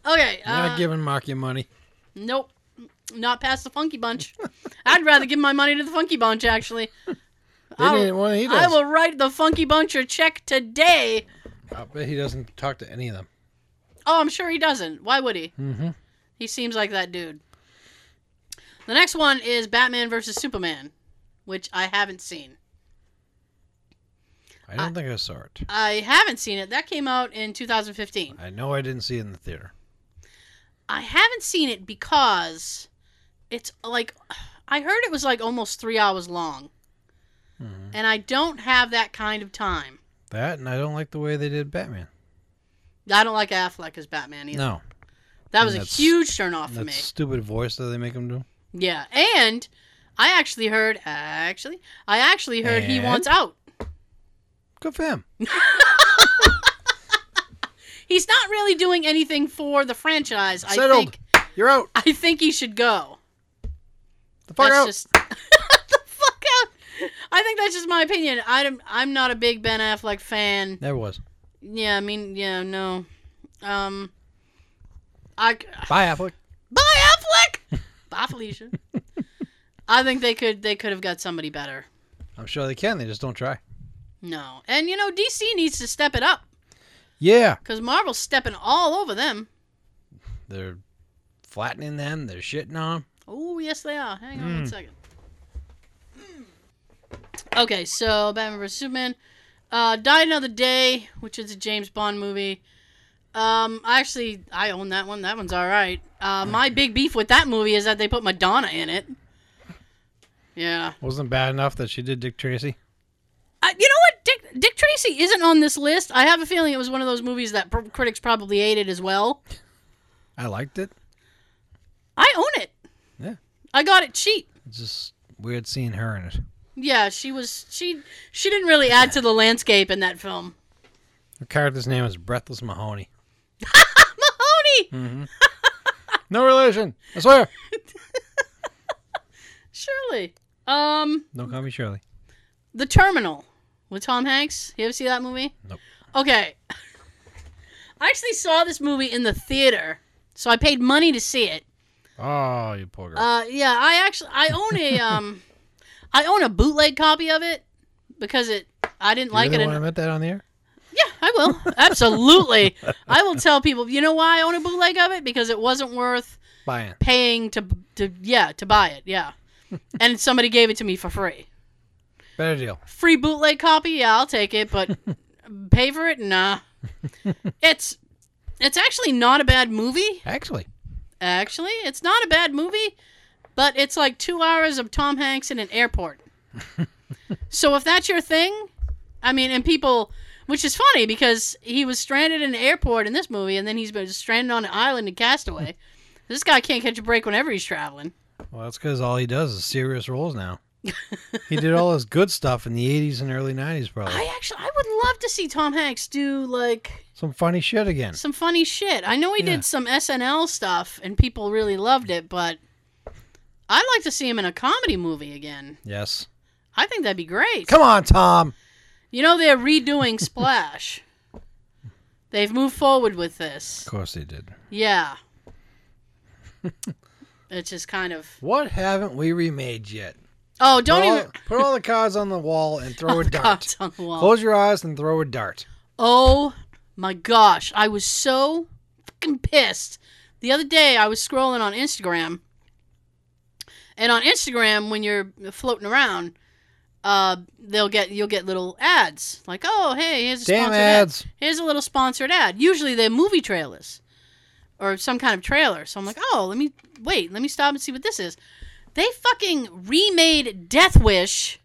C: Okay.
B: You're
C: uh,
B: not giving Mark your money.
C: nope. Not past the Funky Bunch. I'd rather give my money to the Funky Bunch, actually.
B: They
C: I'll-
B: didn't want he
C: I
B: does.
C: will write the Funky Bunch a check today.
B: I bet he doesn't talk to any of them.
C: Oh, I'm sure he doesn't. Why would he?
B: Mm-hmm.
C: He seems like that dude. The next one is Batman versus Superman, which I haven't seen.
B: I don't think I saw it.
C: I haven't seen it. That came out in 2015.
B: I know I didn't see it in the theater.
C: I haven't seen it because it's like I heard it was like almost 3 hours long.
B: Mhm.
C: And I don't have that kind of time.
B: That and I don't like the way they did Batman.
C: I don't like Affleck as Batman either.
B: No,
C: that was a
B: that's-
C: huge turnoff for
B: that
C: me.
B: stupid voice that they make him do.
C: Yeah, and I actually heard actually I actually heard he
B: And?
C: wants out.
B: Good for him.
C: He's not really doing anything for the franchise. I
B: Settled.
C: think
B: You're out.
C: I think he should go.
B: The fuck
C: that's
B: out.
C: just the fuck out. I think that's just my opinion. I'm I'm not a big Ben Affleck fan.
B: Never was.
C: Yeah, I mean, yeah, no. Um, I
B: Bye, Affleck.
C: bye Affleck. bye Felicia. I think they could they could have got somebody better.
B: I'm sure they can. They just don't try.
C: No, and you know DC needs to step it up
B: Yeah,
C: because Marvel's stepping all over them.
B: they're flattening them. They're shitting on them.
C: Oh, yes, they are. Hang on one second. Okay, so Batman vs. Superman. Uh, Die Another Day, which is a James Bond movie. Um, I actually, I own that one. That one's all right. Uh, my big beef with that movie is that they put Madonna in it. Yeah.
B: Wasn't bad enough that she did Dick Tracy.
C: I, you know what? Dick, Dick Tracy isn't on this list. I have a feeling it was one of those movies that pr- critics probably hated as well.
B: I liked it.
C: I own it.
B: Yeah.
C: I got it cheap.
B: It's just weird seeing her in it.
C: Yeah, she was she she didn't really add to the landscape in that film.
B: Her character's name is Breathless Mahoney.
C: Mahoney
B: Mm-hmm. No relation. I swear.
C: Shirley. Um
B: Don't call me Shirley.
C: The Terminal with Tom Hanks. You ever see that movie?
B: Nope.
C: Okay. I actually saw this movie in the theater, so I paid money to see it.
B: Oh, you poor girl.
C: Uh yeah, I actually I own a um I own a bootleg copy of it because it I didn't
B: you
C: like
B: really
C: it.
B: want
C: en-
B: to admit that on the air?
C: Yeah, I will. Absolutely. I will tell people, you know why I own a bootleg of it? Because it wasn't worth
B: Buying.
C: paying to to yeah to buy it yeah and somebody gave it to me for free
B: Better deal.
C: free bootleg copy yeah i'll take it but pay for it nah it's it's actually not a bad movie
B: Actually,
C: actually it's not a bad movie but it's like two hours of tom hanks in an airport so if that's your thing i mean and people which is funny because he was stranded in an airport in this movie and then he's been stranded on an island in castaway this guy can't catch a break whenever he's traveling
B: well, that's because all he does is serious roles now. he did all his good stuff in the 80s and early 90s, probably.
C: I actually, I would love to see Tom Hanks do like
B: Some funny shit again.
C: some funny shit. I know he
B: Yeah.
C: did some SNL stuff and people really loved it, but I'd like to see him in a comedy movie again.
B: Yes.
C: I think that'd be great.
B: Come on, Tom.
C: You know they're redoing Splash. They've moved forward with this.
B: Of course they did.
C: Yeah. it's just kind of
B: What haven't we remade yet?
C: Oh, don't
B: put, all,
C: even Oh,
B: put all the cards on the wall and throw a dart.
C: Cards on the wall.
B: Close your eyes and throw a dart.
C: Oh my gosh, I was so fucking pissed. The other day I was scrolling on Instagram. And on Instagram when you're floating around, uh they'll get you'll get little ads like, "Oh, hey, here's a
B: Damn
C: sponsored ad.
B: ads.
C: Here's a little sponsored ad. Usually they're movie trailers or some kind of trailer. So I'm like, oh, let me wait, let me stop and see what this is. They fucking remade Death Wish,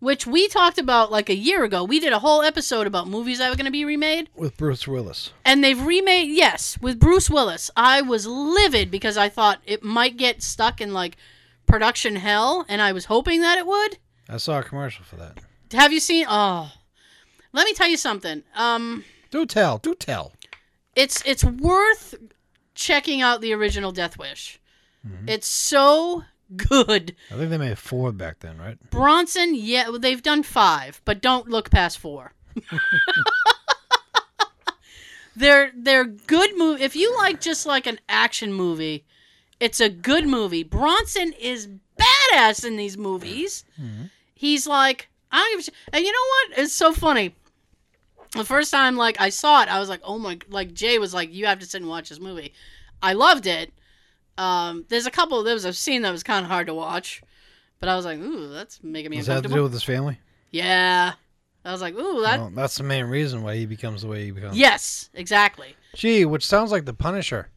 C: which we talked about like a year ago. We did a whole episode about movies that were going to be remade.
B: With Bruce Willis.
C: And they've remade, yes, with Bruce Willis. I was livid because I thought it might get stuck in like production hell, and I was hoping that it would.
B: I saw a commercial for that.
C: Have you seen? Oh, let me tell you something. Um,
B: Do tell. Do tell.
C: it's it's worth checking out the original Death Wish. It's so good.
B: I think they made four back then, right?
C: Bronson, yeah, well, they've done five, but don't look past four. they're they're good movie. If you like just like an action movie, it's a good movie. Bronson is badass in these movies.
B: Mm-hmm.
C: He's like, I don't give a shit. And you know what? It's so funny. The first time like I saw it, I was like, oh my! Like Jay was like, you have to sit and watch this movie. I loved it. Um, there's a couple. There was a scene that was kind of hard to watch, but I was like, ooh, that's making me
B: Does that have to
C: uncomfortable.
B: do with Oh, his family?
C: Yeah. I was like, ooh, that.
B: Well, that's the main reason why he becomes the way he becomes.
C: Yes, exactly.
B: Gee, which sounds like the Punisher.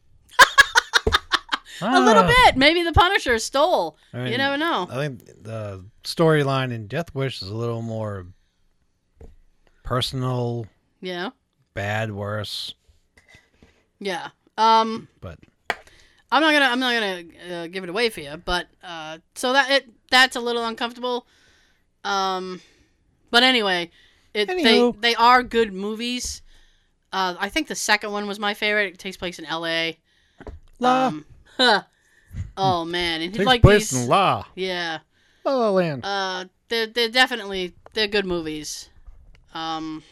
C: A little bit. Maybe the Punisher stole.
B: Ah. I mean, uh,
C: you never know.
B: I think the storyline in Death Wish is a little more personal,
C: Yeah.
B: bad, worse,
C: Yeah. Um,
B: but
C: I'm not gonna. I'm not gonna uh, give it away for you. But uh, so that it that's a little uncomfortable. Um, but anyway, it they
B: Anywho.
C: they are good movies. Uh, I think the second one was my favorite. It takes place in L.A.
B: La
C: Um, huh. Oh man, and
B: takes
C: like
B: place
C: these,
B: in La
C: yeah.
B: La La Land.
C: Uh, they're they're definitely they're good movies. Um,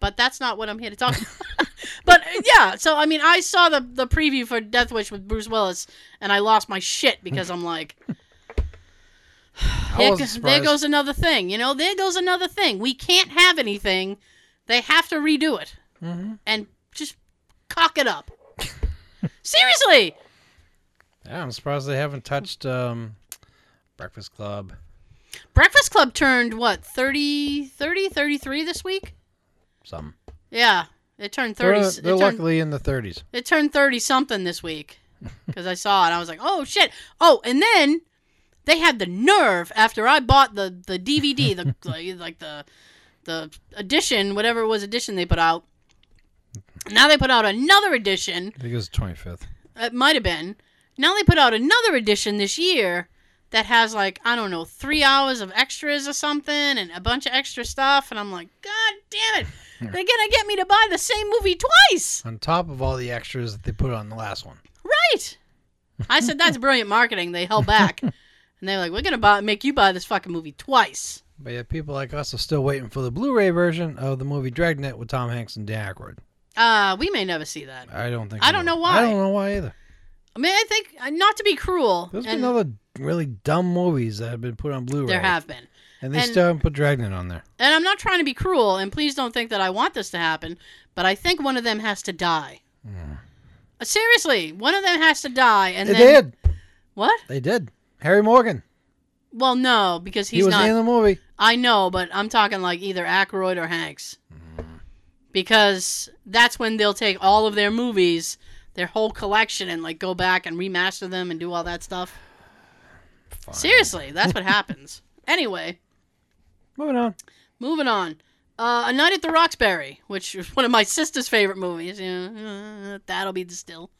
C: but that's not what I'm here to talk. about. but uh, yeah, so I mean, I saw the the preview for Death Wish with Bruce Willis, and I lost my shit because I'm like,
B: I
C: "Here
B: wasn't
C: go- there
B: surprised.
C: goes another thing. You know, there goes another thing. We can't have anything. They have to redo it
B: Mhm.
C: and just cock it up. Seriously,
B: Yeah, I'm surprised they haven't touched um, Breakfast Club.
C: Breakfast Club turned what 30, 30, 33 this week.
B: Some
C: Yeah, it turned 30
B: they're,
C: it
B: they're
C: turned-
B: luckily in the 30s.
C: It turned 30 something this week because I saw it. I was like, oh shit. Oh, and then they had the nerve after I bought the, the DVD, the, the like the the edition, whatever it was edition they put out. Now they put out another edition.
B: I think it was the 25th.
C: It might have been. Now they put out another edition this year that has like I don't know three hours of extras or something and a bunch of extra stuff. And I'm like, God damn it! They're gonna get me to buy the same movie twice.
B: On top of all the extras that they put on the last one.
C: Right. I said that's brilliant marketing. They held back, and they're like, "We're gonna buy, make you buy this fucking movie twice."
B: But yeah, people like us are still waiting for the Blu-ray version of the movie Dragnet with Tom Hanks and Dan Aykroyd.
C: Uh, we may never see that.
B: I don't think.
C: I
B: we
C: don't
B: will.
C: know why.
B: I don't know why either.
C: I mean, I think uh, not to be cruel,
B: There's
C: and
B: been other really dumb movies that have been put on Blu-ray.
C: there have been,
B: and they
C: and-
B: still haven't put Dragnet on there.
C: and I'm not trying to be cruel, and please don't think that I want this to happen, but I think one of them has to die. Uh, Seriously, one of them has to die, and
B: They
C: then
B: did.
C: what?
B: They did. Harry Morgan.
C: Well, no, because
B: He
C: he's
B: was
C: not.
B: in the movie.
C: I know, but I'm talking like either Aykroyd or Hanks. Because that's when they'll take all of their movies, their whole collection, and like go back and remaster them and do all that stuff. Seriously, that's what happens. Anyway,
B: Moving on.
C: moving on. Uh, A Night at the Roxbury, which is one of my sister's favorite movies. Yeah, uh, that'll be the still.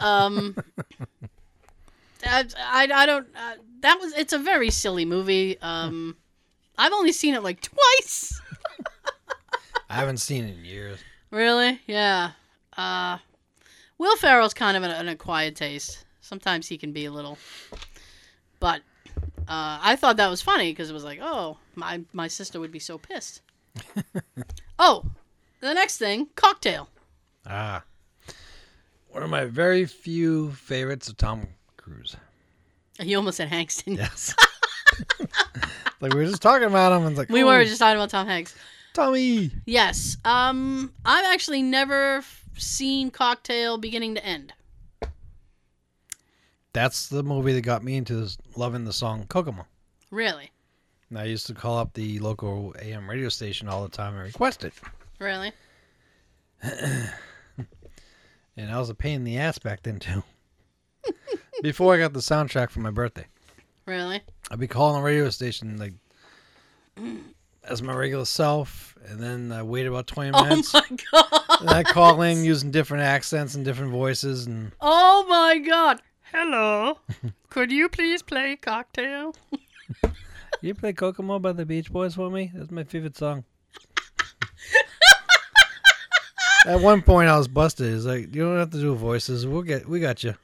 C: Um, I, I, I don't. Uh, that was. It's a very silly movie. Um, I've only seen it like twice.
B: I haven't seen it in years.
C: Really? Yeah. Uh, Will Ferrell's kind of an, an acquired taste. Sometimes he can be a little, but uh, I thought that was funny because it was like, oh, my my sister would be so pissed. oh, the next thing, cocktail.
B: Ah, one of my very few favorites of Tom Cruise.
C: He almost said Hanks, didn't he?
B: Yes. like we were just talking about him, and it's like
C: We
B: oh,
C: were just talking about Tom Hanks.
B: Tommy.
C: Yes. Um, I've actually never f- seen Cocktail beginning to end.
B: That's the movie that got me into this, loving the song Kokomo.
C: Really,
B: And I used to call up the local AM radio station all the time and request it.
C: really.
B: And I was a pain in the ass back then too. Before I got the soundtrack for my birthday,
C: Really?
B: I'd be calling the radio station like as my regular self, and then I wait about twenty minutes,
C: Oh my god.
B: and I call in using different accents and different voices, and
C: Oh my god. Hello. Could you please play Cocktail?
B: you play Kokomo by the Beach Boys for me. That's my favorite song. At one point, I was busted. It's like you don't have to do voices. We'll get, we got you.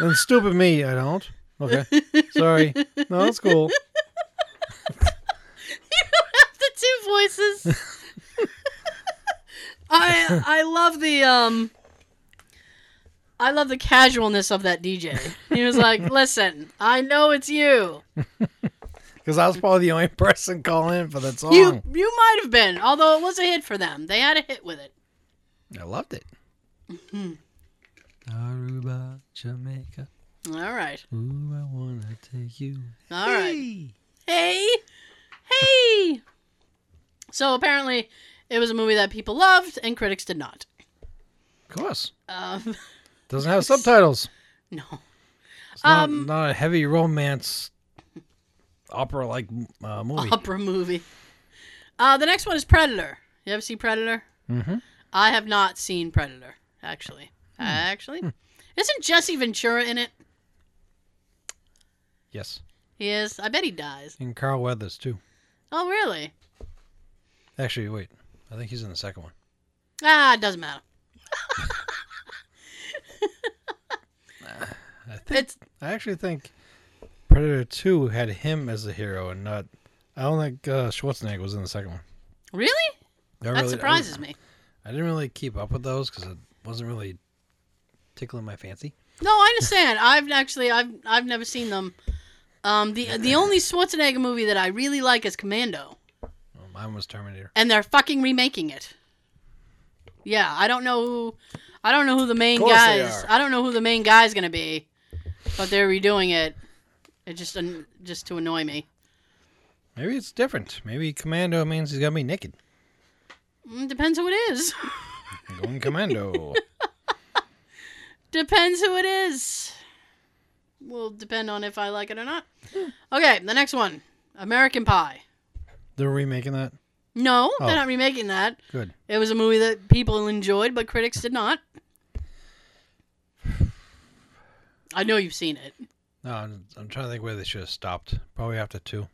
B: and stupid me, I don't. Okay, sorry. No, it's cool.
C: You have the two voices. I I love the um I love the casualness of that DJ. He was like, "Listen, I know it's you.
B: Because I was probably the only person calling in for that song.
C: You you might have been, although it was a hit for them. They had a hit with it.
B: I loved it.
C: Mm-hmm.
B: Aruba, Jamaica.
C: All right.
B: Ooh, I wanna take you.
C: All right. Hey. Hey. So apparently it was a movie that people loved and critics did not.
B: Of course.
C: Um,
B: Doesn't have subtitles.
C: no.
B: It's not,
C: Um,
B: not a heavy romance opera like uh, movie.
C: Opera movie. Uh, the next one is Predator. You ever see Predator?
B: mm-hmm.
C: I have not seen Predator, actually.
B: Hmm.
C: Actually? Isn't Jesse Ventura in it?
B: Yes.
C: He is. I bet he dies.
B: And Carl Weathers, too.
C: Oh, really?
B: Actually, wait. I think he's in the second one.
C: Ah, it doesn't matter.
B: Uh, I, think,
C: It's
B: I actually think Predator 2 had him as the hero and not. I don't think uh, Schwarzenegger was in the second one.
C: really?
B: I
C: That
B: really- I-
C: surprises me.
B: I didn't really keep up with those because it wasn't really tickling my fancy.
C: No, I understand. I've actually I've I've never seen them. Um, the the only Schwarzenegger movie that I really like is Commando,
B: Well, mine was Terminator.
C: and they're fucking remaking it. Yeah, I don't know who, I don't know who the main
B: Of course
C: guy
B: they
C: is.
B: are.
C: I don't know who the main guy is gonna be, but they're redoing it. It just an- just to annoy me.
B: Maybe it's different. Maybe Commando means he's gonna be naked.
C: Mm, Depends who it is.
B: I'm going Commando.
C: Depends who it is. Will depend on if I like it or not.
B: Hmm.
C: Okay, the next one, American Pie.
B: They're remaking that.
C: No,
B: Oh.
C: they're not remaking that.
B: Good.
C: It was a movie that people enjoyed, but critics did not. I know you've seen it.
B: No, I'm, I'm trying to think where they should have stopped. Probably after two.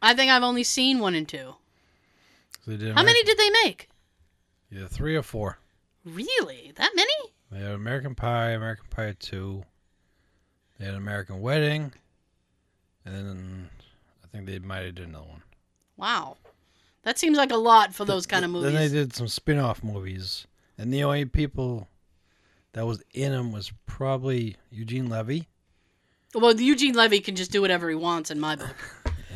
C: I think I've only seen one and two.
B: They did
C: How
B: Ameri-
C: many did they make?
B: Either three or four.
C: Really? That many?
B: They had American Pie, American Pie Two. They had American Wedding, and then I think they might have did another one.
C: Wow. That seems like a lot for those kind of
B: Then they
C: movies.
B: did some spin-off movies, and the only people that was in them was probably Eugene Levy
C: Well, Eugene Levy can just do whatever he wants in my book.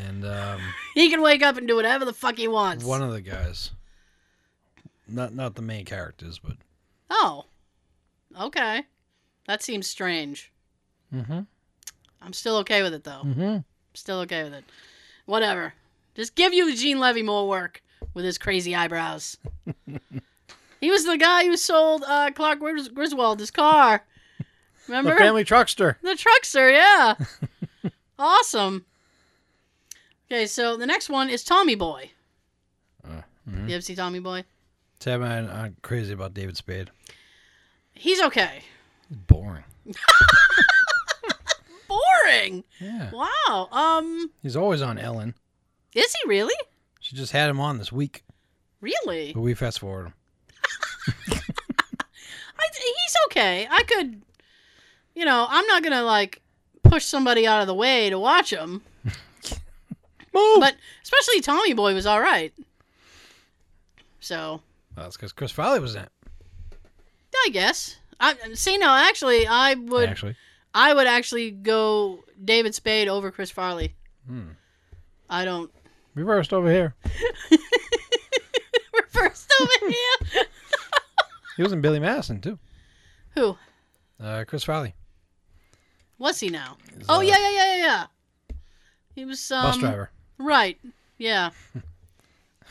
B: and um,
C: He can wake up and do whatever the fuck he wants.
B: one of the guys. Not not the main characters, but
C: Oh. Okay. That seems strange.
B: mm-hmm.
C: I'm still okay with it though.
B: Mm-hmm.
C: Still okay with it. Whatever. Just give Eugene Levy more work with his crazy eyebrows. he was the guy who sold uh, Clark Gris- Griswold his car. Remember?
B: the family truckster.
C: The truckster, yeah. awesome. Okay, so the next one is Tommy Boy.
B: Uh, mhm.
C: You ever see Tommy Boy?
B: Tab and I aren't crazy about David Spade.
C: He's okay.
B: Boring.
C: boring.
B: Yeah.
C: Wow. Um,
B: He's always on Ellen.
C: is he really?
B: She just had him on this week,
C: Really?
B: but we fast forward him.
C: I, he's okay. I could, you know, I'm not gonna like push somebody out of the way to watch him.
B: Move!
C: But especially Tommy Boy was all right. So
B: Well, that's because Chris Farley was in it,
C: I guess. I see. No, actually, I would.
B: actually.
C: I would actually go David Spade over Chris Farley.
B: Hmm.
C: I don't
B: Reversed over here.
C: reverse over here.
B: He was in Billy Madison, too.
C: Who
B: Uh, Chris Farley.
C: was he now?
B: He's,
C: Oh
B: uh,
C: yeah, yeah, yeah, yeah, yeah. He was um,
B: Bus driver.
C: Right. Yeah.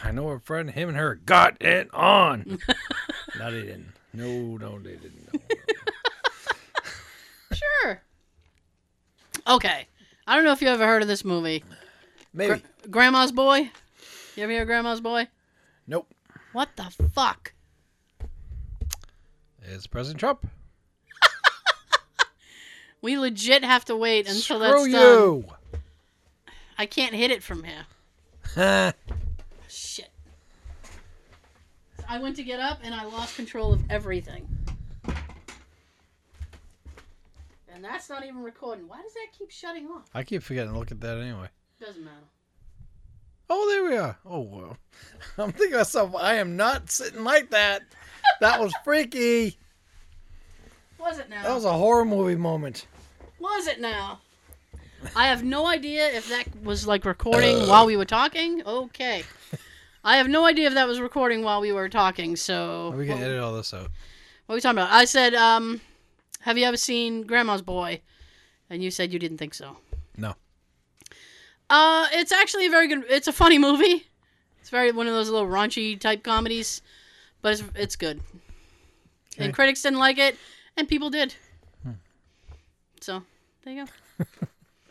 B: I know a friend, him and her got it on. no, they didn't. No, no, they didn't. No,
C: Sure. Okay. I don't know if you ever heard of this movie,
B: Maybe.
C: Grandma's Boy. You ever hear of Grandma's Boy?
B: Nope.
C: What the fuck?
B: It's President Trump.
C: We legit have to wait
B: Screw
C: until that's done.
B: you.
C: I can't hit it from here.
B: Huh.
C: Shit. I went to get up and I lost control of everything. And that's not even recording. Why does that keep shutting off?
B: I keep forgetting to look at that anyway.
C: Doesn't matter.
B: Oh, there we are. Oh, wow. I'm thinking to myself, I am not sitting like that. That was freaky.
C: Was it now?
B: That was a horror movie moment.
C: Was it now? I have no idea if that was like recording
B: Uh.
C: while we were talking. Okay. I have no idea if that was recording while we were talking, so
B: We can
C: what,
B: edit all this out.
C: what are we talking about? I said, um, have you ever seen Grandma's Boy? And you said you didn't think so.
B: No.
C: Uh, it's actually a very good it's a funny movie. It's very one of those little raunchy type comedies, but it's it's good.
B: Okay.
C: And critics didn't like it, and people did. So there you go.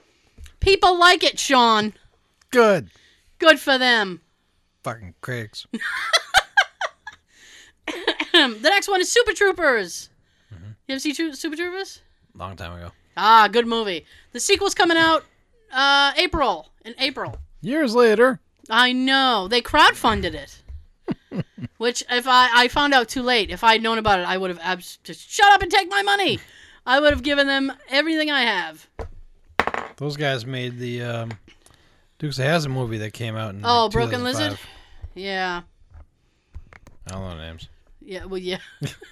C: people like it, Sean.
B: Good.
C: Good for them.
B: Fucking critics.
C: the next one is Super Troopers. You ever see Tru- Super Troopers?
B: Long time ago.
C: Ah, good movie. The sequel's coming out uh, April. In April.
B: Years later.
C: I know. They crowdfunded it. Which, if I, I found out too late, if I'd known about it, I would have abs- just shut up and take my money. I would have given them everything I have.
B: Those guys made the um, Dukes of Hazzard movie that came out in
C: Oh,
B: like,
C: Broken Lizard?
B: 2005.
C: Yeah.
B: I don't know the names.
C: Yeah, well, yeah.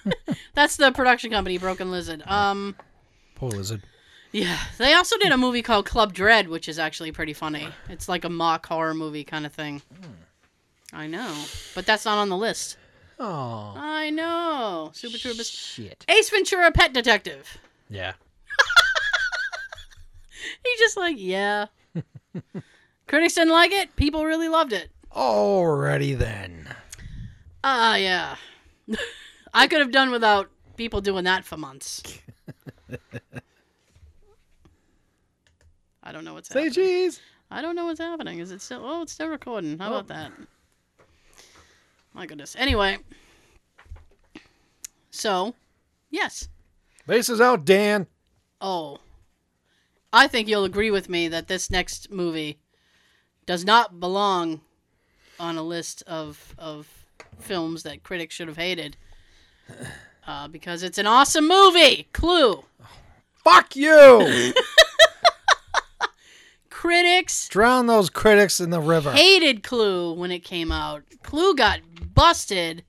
C: That's the production company, Broken Lizard. Um,
B: Poor lizard.
C: yeah. They also did a movie called Club Dread, which is actually pretty funny. It's like a mock horror movie kind of thing. I know, but that's not on the list.
B: Oh
C: I know. Super Troopers.
B: shit.
C: Ace Ventura: Pet Detective.
B: Yeah.
C: He's just like, yeah. Critics didn't like it. People really loved it.
B: Alrighty then.
C: Ah, yeah. I could have done without people doing that for months. I don't know what's
B: Say
C: happening.
B: cheese.
C: I don't know what's happening. Is it still? Oh, it's still recording. How
B: Oh.
C: about that? My goodness. Anyway. So, yes.
B: Laces out, Dan.
C: Oh. I think you'll agree with me that this next movie does not belong on a list of of films that critics should have hated. Uh, because it's an awesome movie. Clue.
B: Fuck you.
C: Critics
B: Drown those critics in the river.
C: hated Clue when it came out. Clue got busted.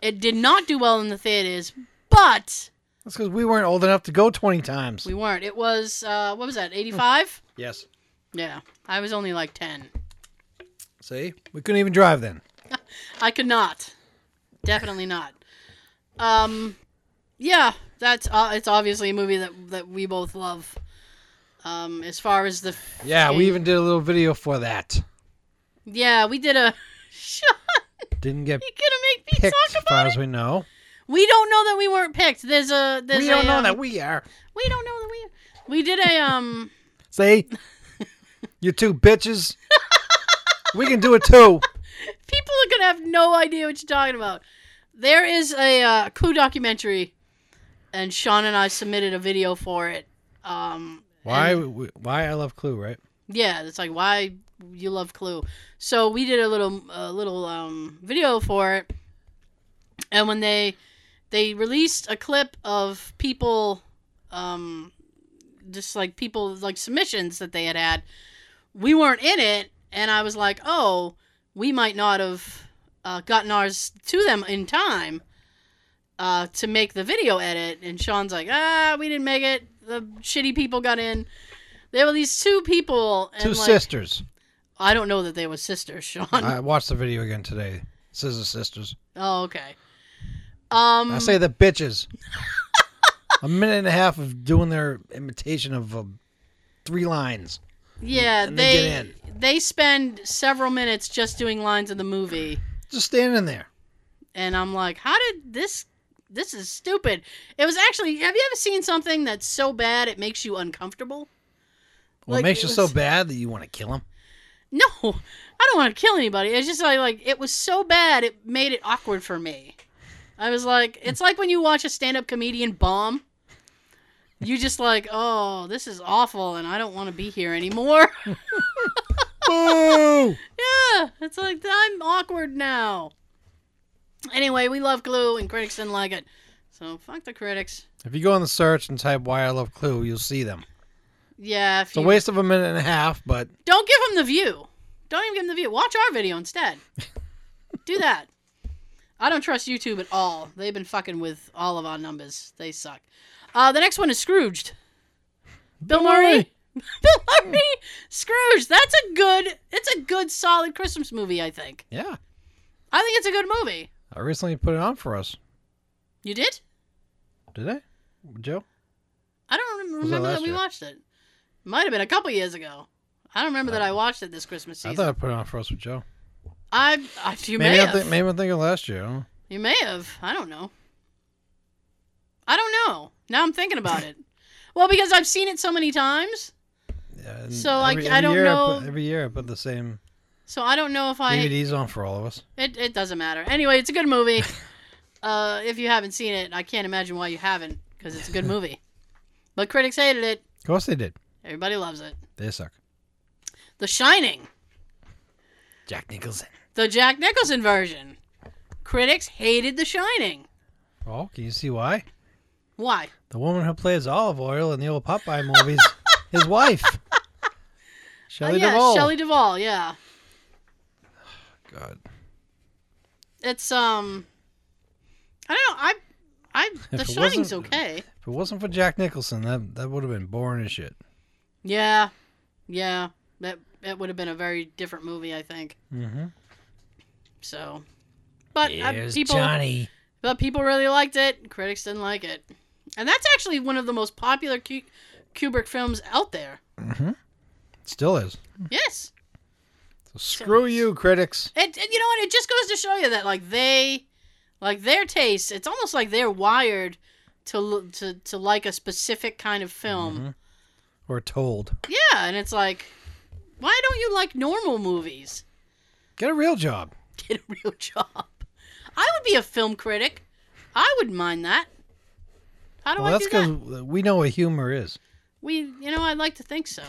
C: It did not do well in the theaters, but
B: That's because we weren't old enough to go 20 times.
C: we weren't. It was uh, what was that? 85?
B: yes.
C: Yeah. I was only like 10.
B: See? We couldn't even drive then.
C: I could not. Definitely not. Um, yeah, that's uh, it's obviously a movie that that we both love. Um, as far as the
B: Yeah, we
C: Okay.
B: even did a little video for that.
C: yeah, we did a. Sean,
B: Didn't get
C: you gonna make me
B: picked
C: talk
B: as
C: about
B: far
C: it?
B: as we know.
C: We don't know that we weren't picked. There's a there's
B: We don't
C: a,
B: know
C: um,
B: that we are.
C: we don't know that we we did a um
B: See? you two bitches. we can do it too.
C: people are gonna have no idea what you're talking about. There is a uh, Clue documentary, and Sean and I submitted a video for it Um,
B: Why? w- Why I love Clue, right?
C: yeah, it's like why you love Clue. So we did a little a little um, video for it, and when they they released a clip of people, um, just like people like submissions that they had had, we weren't in it, and I was like, oh, we might not have uh, gotten ours to them in time. Uh, to make the video edit, and Sean's like, ah, we didn't make it. The shitty people got in. There were these two people, and
B: Two
C: like,
B: sisters.
C: I don't know that they were sisters, Sean.
B: I watched the video again today. It says the sisters.
C: oh, okay. Um,
B: I say the bitches. a minute and a half of doing their imitation of uh, three lines.
C: yeah,
B: and they
C: they
B: get
C: they, spend several minutes just doing lines in the movie,
B: Just standing there.
C: and I'm like, how did this? This is stupid. It was actually. Have you ever seen something that's so bad it makes you uncomfortable?
B: Well,
C: Like,
B: it makes you
C: it
B: so
C: was-
B: bad that you want to kill them.
C: No, I don't want to kill anybody. It's just like, like it was so bad it made it awkward for me. I was like,
B: Hmm.
C: it's like when you watch a stand-up comedian bomb. You just like, oh, this is awful, and I don't want to be here anymore.
B: Boo!
C: yeah, it's like I'm awkward now. Anyway, we love glue, and critics didn't like it, so fuck the critics.
B: If you go on the search and type "Why I Love Clue," you'll see them.
C: Yeah, if
B: It's a
C: you,
B: waste of a minute and a half, but
C: don't give them the view. Don't even give them the view. Watch our video instead. Do that. I don't trust YouTube at all. They've been fucking with all of our numbers. They suck. Uh, the next one is Scrooged. Bill Murray. Bill Murray. Scrooge. That's a good. It's a good, solid Christmas movie. I think.
B: yeah,
C: I think it's a good movie.
B: I recently put it on for us.
C: You did?
B: Did I, Joe?
C: I don't rem-
B: that
C: remember that,
B: last
C: we
B: year?
C: watched it. Might have been a couple years ago. I don't remember that I watched it this Christmas
B: Uh, I
C: season.
B: thought I put it on for us with Joe.
C: I, I you may
B: Maybe I
C: have.
B: think maybe I'm thinking last year. I don't know.
C: You may have. I don't know. I don't know. Now I'm thinking about it. Well, because I've seen it so many times,
B: Yeah, and
C: So, like, I don't
B: year
C: know-
B: put, every year I put the same
C: so I don't know if I.
B: DVDs on for all of us.
C: It, it doesn't matter. Anyway, it's a good movie. uh, if you haven't seen it, I can't imagine why you haven't, because it's a good movie. but critics hated it.
B: Of course they did.
C: Everybody loves it.
B: They suck.
C: The Shining,
B: Jack Nicholson.
C: the Jack Nicholson version. Critics hated The Shining.
B: Oh, can you see why?
C: Why?
B: The woman who plays olive oil in the old Popeye movies, his wife, Shelley
C: oh, yeah,
B: Duvall.
C: Shelley Duvall. Yeah,
B: God,
C: it's um. I don't know. I, I.
B: If
C: The
B: it
C: Shining's
B: wasn't-
C: okay.
B: if it wasn't for Jack Nicholson, that that would have been boring as shit.
C: Yeah, yeah. That that would have been a very different movie, I think.
B: Mm-hmm.
C: So, but uh,
B: Here's
C: people,
B: Johnny.
C: but people really liked it. Critics didn't like it, and that's actually one of the most popular Cu- Kubrick films out there.
B: Still is.
C: Yes,
B: So screw you, critics.
C: it, and you know what? It just goes to show you that like they, like their taste. It's almost like they're wired to l- to to like a specific kind of film.
B: Mm-hmm. We're told.
C: Yeah, and it's like, why don't you like normal movies?
B: Get a real job.
C: get a real job. I would be a film critic. I wouldn't mind that. How do
B: Well,
C: I
B: that's
C: do that?
B: because we know what humor is.
C: We, you know, I'd like to think so.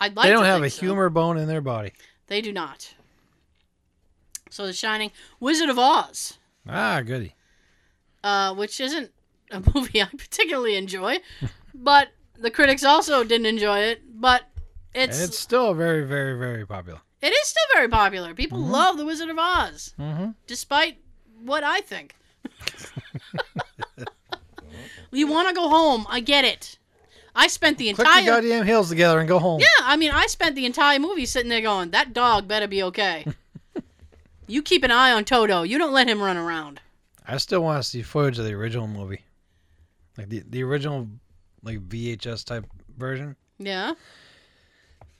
C: I'd like.
B: they don't
C: to
B: have a
C: think so.
B: humor bone in their body.
C: They do not. So The Shining, Wizard of Oz,
B: Ah, goody.
C: uh, which isn't a movie I particularly enjoy, but the critics also didn't enjoy it. But
B: And
C: it's
B: it's still very, very, very popular.
C: it is still very popular. People love The Wizard of Oz.
B: Mm-hmm.
C: despite what I think. you want to go home. I get it. I spent the
B: Click
C: entire
B: the goddamn heels together and go home.
C: yeah. I mean, I spent the entire movie sitting there going, "That dog better be okay." you keep an eye on Toto. You don't let him run around.
B: I still want to see footage of the original movie, like the the original, like VHS type version.
C: Yeah.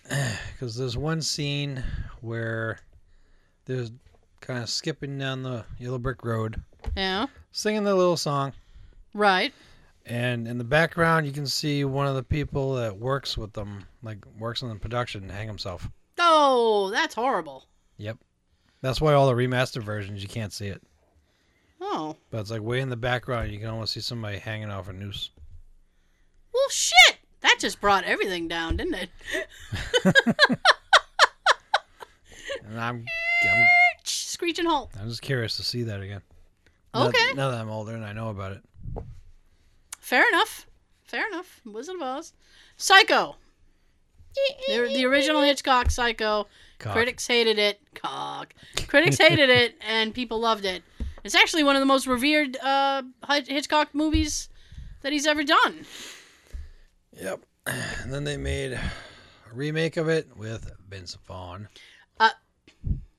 B: Because there's one scene where there's kind of skipping down the yellow brick road,
C: Yeah.
B: singing their little song,
C: Right.
B: and in the background you can see one of the people that works with them, like works on the production, hang himself.
C: Oh, that's horrible.
B: That's why all the remastered versions you can't see it,
C: Oh.
B: but it's like way in the background you can almost see somebody hanging off a noose.
C: Well, shit! That just brought everything down, didn't it?
B: And I'm, I'm,
C: Screeching halt.
B: I'm just curious to see that again. Now-
C: Okay,
B: Now that I'm older and I know about it.
C: fair enough. Fair enough. Wizard of Oz. Psycho. The, the original Hitchcock Psycho.
B: Cock.
C: Critics hated it. Cock. Critics hated it, and people loved it. It's actually one of the most revered uh, Hitch- Hitchcock movies that he's ever done.
B: Yep. And then they made a remake of it with Vince Vaughn.
C: Uh,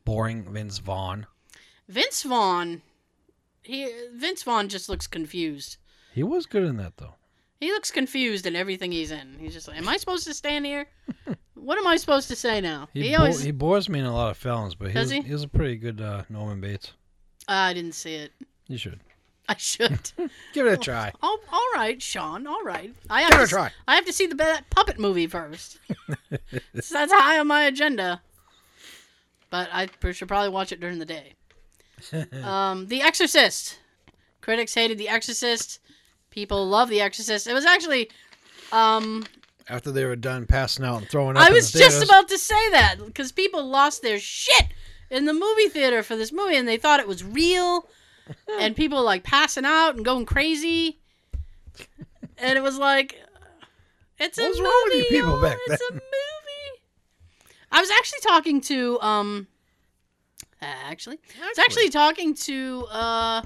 B: Boring Vince Vaughn.
C: Vince Vaughn. He Vince Vaughn just looks confused.
B: He was good in that though.
C: He looks confused in everything he's in. He's just like, "Am I supposed to stand here? what am I supposed to say now?"
B: He,
C: He,
B: bo-
C: always.
B: he bores me in a lot of films, but he
C: Does
B: was,
C: he?
B: he was a pretty good uh, Norman Bates.
C: Ah, I didn't see it.
B: You should
C: I should.
B: give it a try.
C: oh, all right, Sean. All right. I have
B: Give it
C: to
B: a try.
C: I have to see the ba- puppet movie first. so that's high on my agenda. But I pr- should probably watch it during the day. um, the Exorcist. Critics hated The Exorcist. People love The Exorcist. It was actually, um,
B: After they were done passing out and throwing up,
C: I
B: in
C: was
B: the
C: just
B: theaters,
C: about to say that because people lost their shit in the movie theater for this movie and they thought it was real, and people like passing out and going crazy, and it was like, it's
B: What was
C: a
B: wrong with you
C: movie,
B: people
C: y'all,
B: back
C: It's a movie. I was actually talking to um, uh, actually, I was actually talking to uh,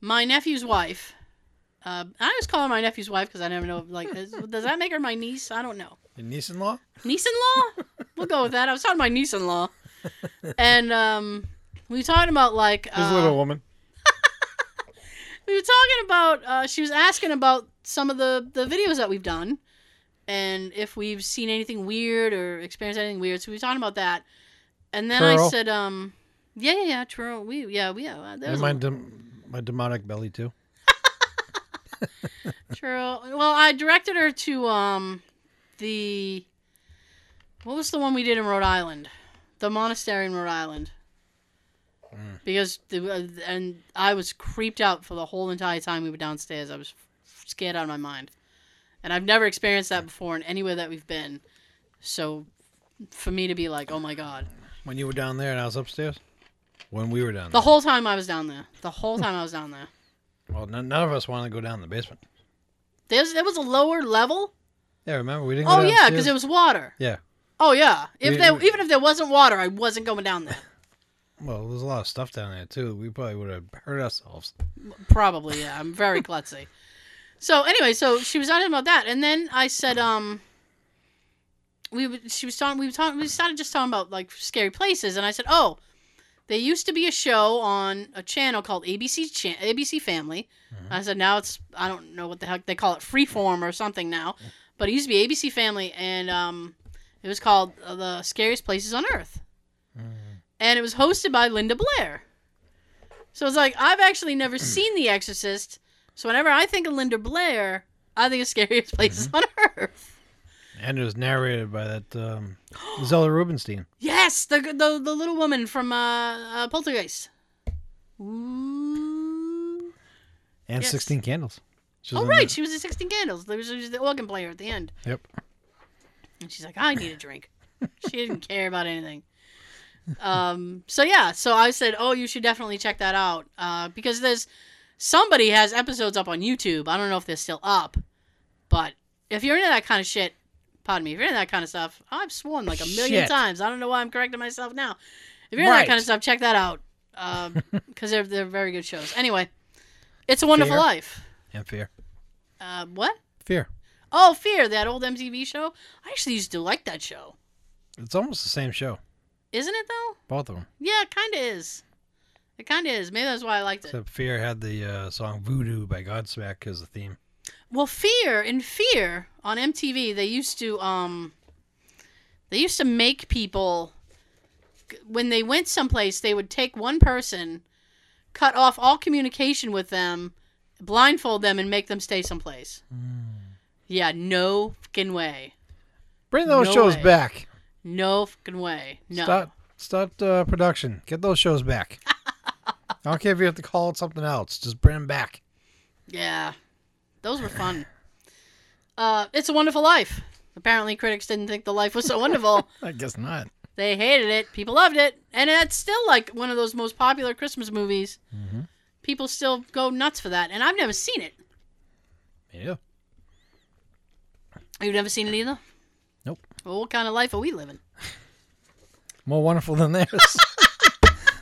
C: my nephew's wife. Uh, I was calling my nephew's wife because I never know. Like, is, does that make her my niece? I don't know
B: Your niece-in-law.
C: niece in law. we'll go with that. I was talking to my niece in law, and um, we were talking about like
B: This
C: uh,
B: little woman.
C: we were talking about uh, she was asking about some of the the videos that we've done, and if we've seen anything weird or experienced anything weird. So we were talking about that, and then I
B: True.
C: said, um, yeah, yeah, yeah, true. We yeah, we yeah.
B: And
C: There was
B: my
C: a,
B: dem- my demonic belly too.
C: true. Well, I directed her to um the what was the one we did in Rhode Island, the monastery in Rhode Island. Because the uh, and I was creeped out for the whole entire time we were downstairs. I was f- scared out of my mind, and I've never experienced that before in anywhere that we've been. So, for me to be like, "Oh my god,"
B: When you were down there and I was upstairs. When we were down
C: the
B: there.
C: whole time I was down there, the whole time I was down there.
B: Well, none, none of us wanted to go down in the basement.
C: There's there was a lower level.
B: Yeah, remember we didn't.
C: Oh
B: go
C: yeah, because it was water.
B: Yeah.
C: Oh yeah. If
B: We-
C: there,
B: we-
C: even if there wasn't water, I wasn't going down there.
B: Well, there's a lot of stuff down there too. We probably would have hurt ourselves.
C: Probably, yeah. I'm very klutzy. So anyway, so she was talking about that, and then I said, um, we w- she was talking, we were talking, we started just talking about like scary places, and I said, oh, there used to be a show on a channel called ABC Chan ABC Family. I said now it's I don't know what the heck they call it, Freeform or something now, but it used to be ABC Family, and um, it was called uh, the Scariest Places on Earth, and it was hosted by Linda Blair. So it's like I've actually never seen The Exorcist, so whenever I think of Linda Blair, I think of Scariest Places on Earth.
B: And it was narrated by that um, Zelda Rubinstein.
C: Yes, the the, the little woman from uh, uh, Poltergeist. Ooh.
B: And
C: Yes.
B: 16 Candles. She was
C: Oh
B: in
C: right, she was in Sixteen Candles. There was, there was the organ player at the end,
B: the- yep.
C: and she's like, "I need a drink." she didn't care about anything. Um. So yeah. So I said, "Oh, you should definitely check that out," uh, because there's somebody has episodes up on YouTube. I don't know if they're still up, but if you're into that kind of shit, pardon me, if you're into that kind of stuff, I've sworn like a million
B: Shit.
C: times. I don't know why I'm correcting myself now. If you're into that
B: Right.
C: kind of stuff, check that out because they're they're very good shows. Anyway, it's a Wonderful
B: Fear?
C: Life.
B: And Fear.
C: Uh, what?
B: Fear.
C: Oh, Fear, that old MTV show. I actually used to like that show.
B: It's almost the same show.
C: Isn't it though?
B: Both of them.
C: Yeah, it kind of is. It kind of is. Maybe that's why I liked it.
B: Except Fear had the uh, song Voodoo by Godsmack as the theme.
C: Well, Fear in Fear on MTV, they used to um they used to make people when they went someplace, they would take one person, cut off all communication with them, blindfold them and make them stay someplace. Yeah, no fucking way.
B: Bring those
C: No
B: shows
C: way.
B: back.
C: No fucking way. No.
B: Start, start uh, production. Get those shows back. I don't care if you have to call it something else. Just bring them back.
C: Yeah. Those were fun. Uh, it's a Wonderful Life. Apparently, critics didn't think the life was so wonderful.
B: I guess not.
C: They hated it. People loved it, and that's still like one of those most popular Christmas movies.
B: Mhm.
C: People still go nuts for that, and I've never seen it.
B: Yeah.
C: You've never seen it either.
B: Nope.
C: Well, what kind of life are we living?
B: More wonderful than theirs.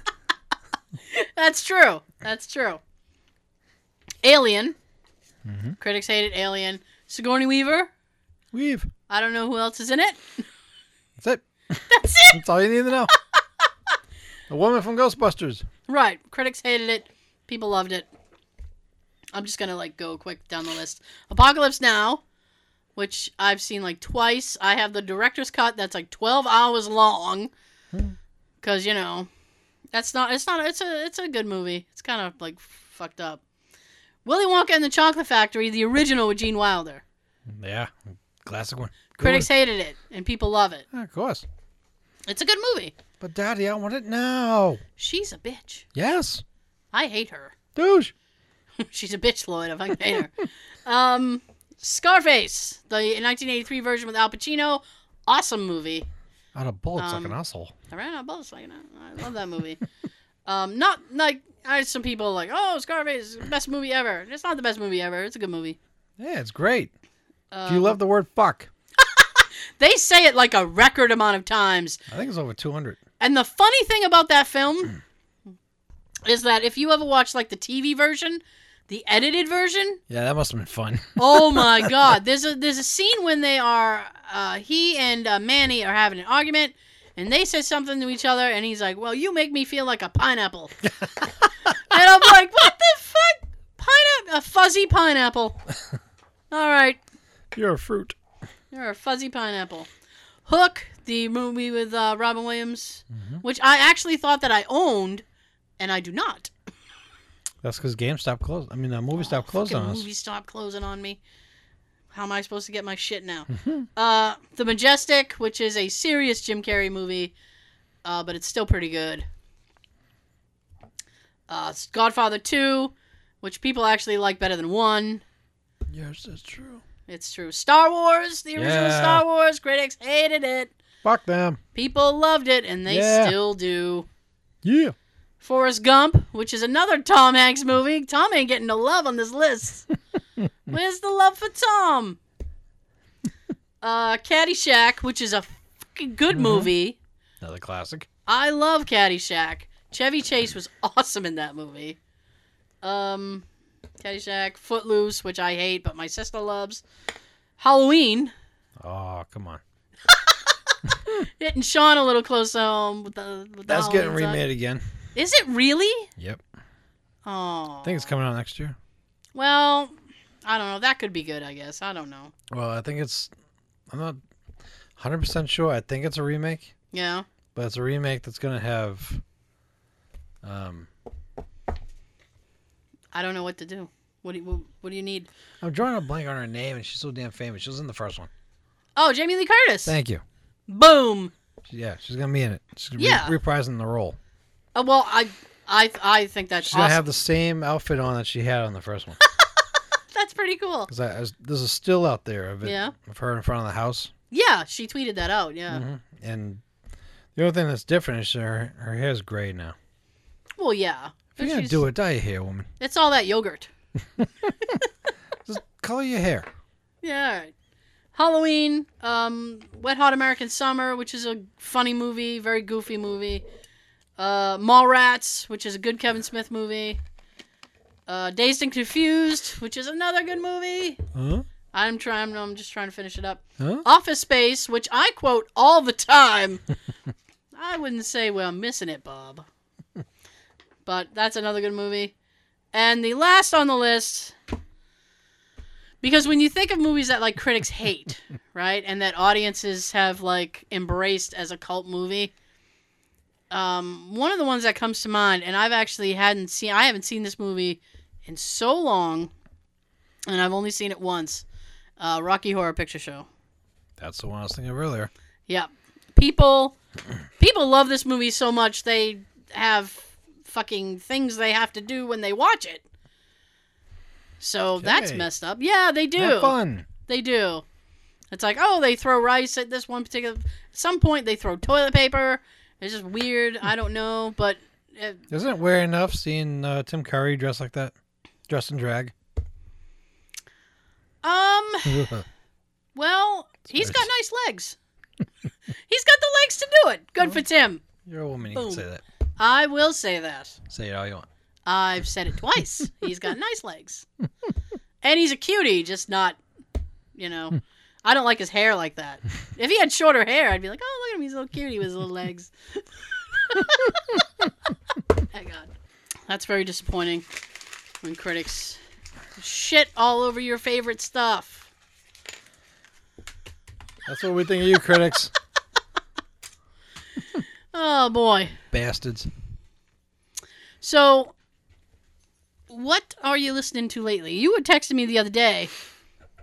C: That's true. That's true. Alien. Critics hated Alien. Sigourney Weaver.
B: Weave.
C: I don't know who else is in it.
B: That's it.
C: That's it.
B: That's all you need to know. the woman from Ghostbusters.
C: Right. Critics hated it. People loved it. I'm just gonna like go quick down the list. Apocalypse Now, which I've seen like twice. I have the director's cut that's like 12 hours long,
B: Hmm.
C: because you know, that's not. It's not. It's a. It's a good movie. It's kind of like fucked up. Willy Wonka and the Chocolate Factory, the original with Gene Wilder.
B: Yeah. Classic one. Good
C: Critics hated it, and people love it.
B: one. Yeah, of course.
C: It's a good movie.
B: But Daddy, I want it now.
C: She's a bitch.
B: Yes.
C: I hate her.
B: Douche.
C: She's a bitch, Lloyd. If I can hate her. um, Scarface, the 1983 version with Al Pacino, awesome movie.
B: Out of bullets
C: Um,
B: like an asshole.
C: I ran out of bullets like that. I love that movie. um, not like I had some people like, oh, Scarface, is the best movie ever. It's not the best movie ever. It's a good movie.
B: Yeah, it's great.
C: Um,
B: Do you love the word fuck?
C: They say it like a record amount of times.
B: I think it's over 200.
C: And the funny thing about that film
B: Hmm.
C: is that if you ever watch like the TV version, the edited version,
B: Yeah, that must have been fun.
C: Oh my God! There's a there's a scene when they are uh, he and uh, Manny are having an argument, and they say something to each other, and he's like, "Well, you make me feel like a pineapple," and I'm like, "What the fuck? Pineapple? A fuzzy pineapple? All right,
B: Pure fruit.
C: you're a fuzzy pineapple." Hook, the movie with uh, Robin Williams, which I actually thought that I owned, and I do not.
B: That's because GameStop closed. I mean, the movie stopped
C: Fucking
B: closed on us.
C: Movie stop closing on me. How am I supposed to get my shit now?
B: Mm-hmm.
C: uh, the Majestic, which is a serious Jim Carrey movie, uh, but it's still pretty good. Uh, it's Godfather Two, which people actually like better than one.
B: Yes, that's true.
C: It's true. Star Wars, the original
B: Yeah.
C: Star Wars, critics hated it.
B: Fuck them.
C: People loved it, and they
B: Yeah.
C: still do.
B: Yeah.
C: Forrest Gump, which is another Tom Hanks movie. Tom ain't getting no love on this list. Where's the love for Tom? Uh, Caddyshack, which is a fucking good
B: Mm-hmm.
C: movie.
B: Another classic.
C: I love Caddyshack. Chevy Chase was awesome in that movie. Um, Caddyshack, Footloose, which I hate but my sister loves. Halloween,
B: Oh, come on.
C: hitting Sean a little close to home with the. With the
B: That's getting
C: Halloween song.
B: remade again.
C: Is it really?
B: Yep.
C: Oh,
B: I think it's coming out next year.
C: Well, I don't know. That could be good, I guess. I don't know.
B: Well, I think it's. I'm not 100% sure. I think it's a remake,
C: Yeah.
B: but it's a remake that's going to have. Um,
C: I don't know what to do. What do you, what do you need?
B: I'm drawing a blank on her name, and she's so damn famous. She was in the first one.
C: Oh, Jamie Lee Curtis.
B: Thank you.
C: Boom.
B: Yeah, she's gonna be in it. She's re-
C: Yeah.
B: reprising the role.
C: Oh, well, I I I think that's
B: She's
C: awesome.
B: gonna have the same outfit on that she had on the first one.
C: that's pretty cool.
B: Because I, I was- there's a still out there of it,
C: Yeah.
B: of her in front of the house.
C: Yeah, she tweeted that out. Yeah.
B: hmm And the only thing that's different is her her hair's gray now.
C: Well,
B: If
C: yeah.
B: Mm-hmm. you're gonna do it, dye your hair, woman.
C: It's all that yogurt.
B: Just color your hair.
C: Yeah. All right. Halloween, um, Wet Hot American Summer, which is a funny movie, very goofy movie. Uh, Mallrats, which is a good Kevin Smith movie. Uh, Dazed and Confused, which is another good movie.
B: Huh?
C: I'm trying. I'm just trying to finish it up.
B: Huh?
C: Office Space, which I quote all the time. I wouldn't say we're missing it, Bob. But that's another good movie. And the last on the list, because when you think of movies that like critics hate, right, and that audiences have like embraced as a cult movie, um, one of the ones that comes to mind, and I've actually hadn't seen, I haven't seen this movie in so long, and I've only seen it once, uh, Rocky Horror Picture Show.
B: That's the one I was thinking of earlier.
C: Yeah. People people love this movie so much they have fucking things they have to do when they watch it. So that's
B: Okay.
C: messed up. Yeah, they do.
B: Have fun.
C: They do. It's like, oh, they throw rice at this one particular. Some point, they throw toilet paper. It's just weird. I don't know, but uh,
B: Isn't it weird enough seeing uh, Tim Curry dressed like that, dressed in drag?
C: um, well, he's got nice legs. he's got the legs to do it. Good for Tim.
B: You're a woman. You can
C: Boom.
B: say that.
C: I will say that.
B: Say it all you want.
C: I've said it twice. he's got nice legs, and he's a cutie, just not, you know. I don't like his hair like that. If he had shorter hair, I'd be like, oh, look at him. He's so cutie with his little legs. oh, God. That's very disappointing when critics shit all over your favorite stuff.
B: That's what we think of you, critics,
C: Oh, boy.
B: bastards.
C: So, what are you listening to lately? You had texted me the other day.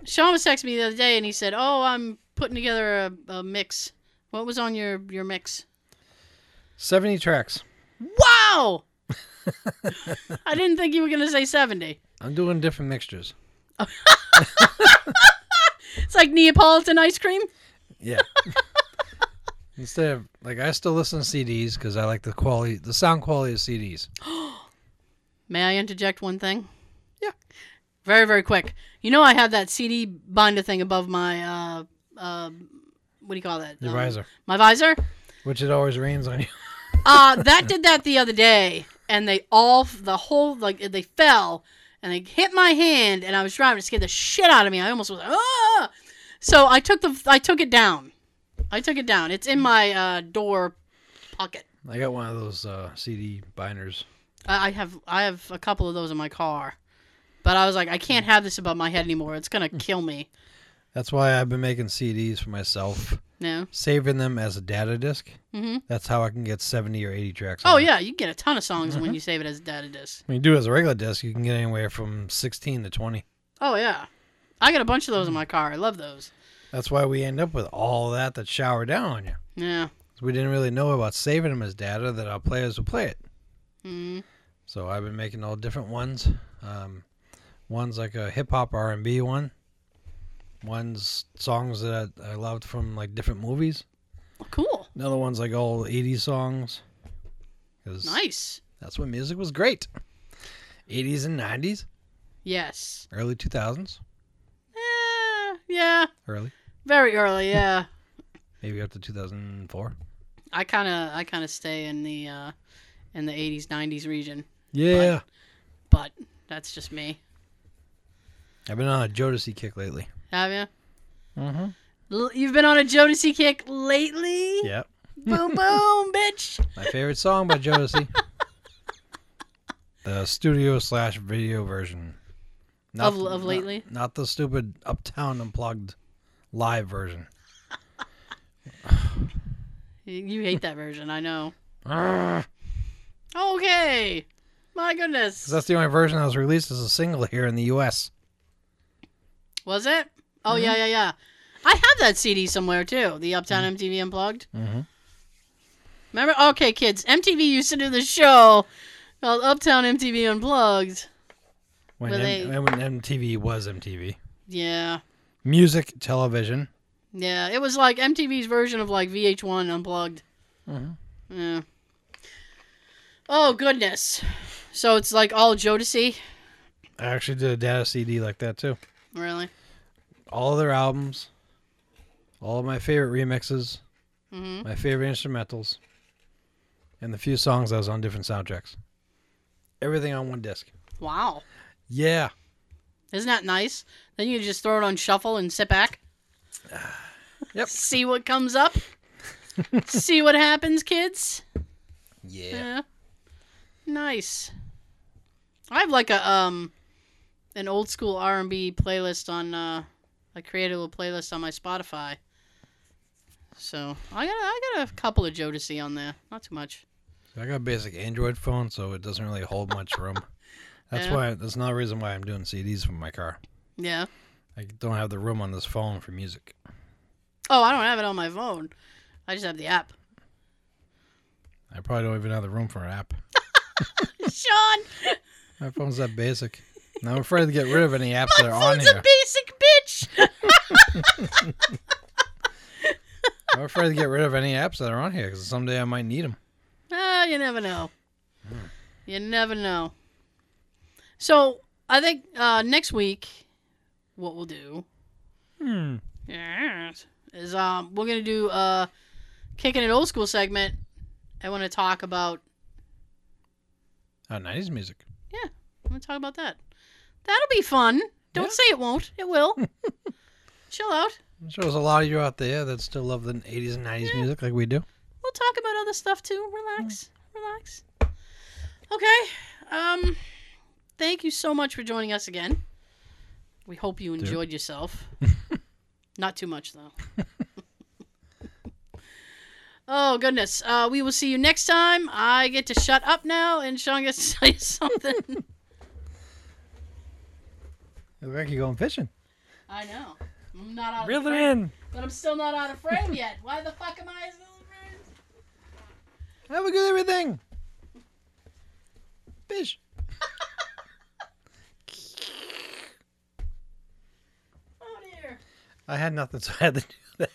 C: Sean was texting me the other day, and he said, "Oh, I'm putting together a, a mix. What was on your your mix?
B: Seventy tracks.
C: Wow! I didn't think you were gonna say seventy.
B: I'm doing different mixtures.
C: It's like Neapolitan ice cream.
B: Yeah. Instead of like, I still listen to CDs because I like the quality, the sound quality of CDs.
C: May I interject one thing?
B: Yeah.
C: Very very quick. You know, I have that CD binder thing above my uh uh, what do you call that?
B: Your
C: Um,
B: visor,
C: My visor.
B: which it always rains on you.
C: uh, that did that the other day, and they all the whole like they fell and they hit my hand, and I was driving. It scared the shit out of me. I almost was ah. So I took the I took it down. I took it down. It's in my uh, door pocket.
B: I got one of those uh, CD binders.
C: I I have I have a couple of those in my car, but I was like I can't have this above my head anymore. It's gonna kill me.
B: That's why I've been making CDs for myself,
C: No.
B: saving them as a data disk.
C: Mm-hmm.
B: That's how I can get 70 or 80 tracks.
C: Oh
B: on it.
C: yeah, you get a ton of songs when you save it as a data disk.
B: When you do it as a regular disc, you can get anywhere from 16 to 20.
C: Oh yeah, I got a bunch of those in my car. I love those.
B: That's why we end up with all that that showered down on you.
C: Yeah.
B: 'Cause We didn't really know about saving them as data that our players would play it.
C: Mm.
B: So I've been making all different ones. Um, one's like a hip hop R and B one. One's songs that I, I loved from like different movies.
C: Cool.
B: Another one's like old '80s songs. 'Cause
C: Nice.
B: That's when music was great. '80s and '90s,
C: Yes.
B: early 2000s,
C: Eh, yeah.
B: early
C: Very early. Yeah.
B: maybe up to 2004.
C: I kind of I kind of stay in the uh, in the 80s 90s region,
B: Yeah,
C: but that's just me.
B: I've been on a Jodeci kick lately.
C: Have you?
B: Mm-hmm.
C: L- you've been on a Jodeci kick lately.
B: Yeah,
C: Boom boom, bitch.
B: my favorite song by Jodeci. the studio slash video version.
C: Of- of lately?
B: Not, the stupid Uptown Unplugged live version.
C: You- You hate that version, I know. Ah.
B: Because
C: Okay. My goodness.
B: that's the only version that was released as a single here in the U.S.
C: Was it? Oh
B: Mm-hmm.
C: yeah yeah yeah. I have that CD somewhere too. The Uptown MTV Unplugged.
B: Mm-hmm.
C: Remember? Okay, kids. MTV used to do this show called Uptown MTV Unplugged.
B: When,
C: Were
B: M-
C: they-
B: when MTV was MTV.
C: Yeah.
B: Music, television.
C: Yeah. It was like MTV's version of like VH1 Unplugged.
B: Mhm.
C: Yeah. Oh, goodness. So it's like all Jodeci?
B: I actually did a data CD like that too.
C: Really?
B: All of their albums, all of my favorite remixes,
C: Mm
B: my favorite instrumentals, and the few songs that was on different soundtracks. Everything on one disc.
C: hmm. Wow.
B: Yeah.
C: Isn't that nice? Then you just throw it on shuffle and sit back.
B: Yep.
C: See what comes up. See what happens, kids.
B: Yeah.
C: Yeah. Nice. I have like a um an old school R and B playlist on uh I created a little playlist on my Spotify. So I got I got a couple of Jodeci on there. Not too much.
B: I got a basic Android phone, so it doesn't really hold much room. That's
C: Yeah.
B: why. That's another reason why I'm doing CDs from my car.
C: Yeah.
B: I don't have the room on this phone for music.
C: Oh, I don't have it on my phone. I just have the app.
B: I probably don't even have the room for an app.
C: Sean,
B: My phone's that basic. And I'm afraid to get rid of any apps that are
C: my
B: on
C: phone's a
B: here.
C: basic bitch.
B: I'm afraid to get rid of any apps that are on here because someday I might need them.
C: Ah, you never know.
B: Hmm.
C: You never know. So I think uh, next week, what we'll do
B: Hmm.
C: yes, is um we're gonna do uh kicking it old school segment. I want to talk about
B: Oh, 90s music.
C: I'm gonna talk about that. That'll be fun. Don't
B: Yeah.
C: say it won't. It will. Chill out.
B: I'm sure there's a lot of you out there that still love the 80s and 90s
C: Yeah.
B: music like we do.
C: We'll talk about other stuff too. Relax. Relax. Okay. Um thank you so much for joining us again. We hope you enjoyed yourself. Not too much though. oh goodness. Uh we will see you next time. I get to shut up now and Sean gets to say something.
B: It look like you're going fishing.
C: I know. I'm not out of
B: Reel
C: the
B: it
C: frame.
B: in.
C: But I'm still not out of frame yet. Why the fuck am I still in frame?
B: How we do everything? Fish.
C: Oh dear.
B: I had nothing, so I had to do that.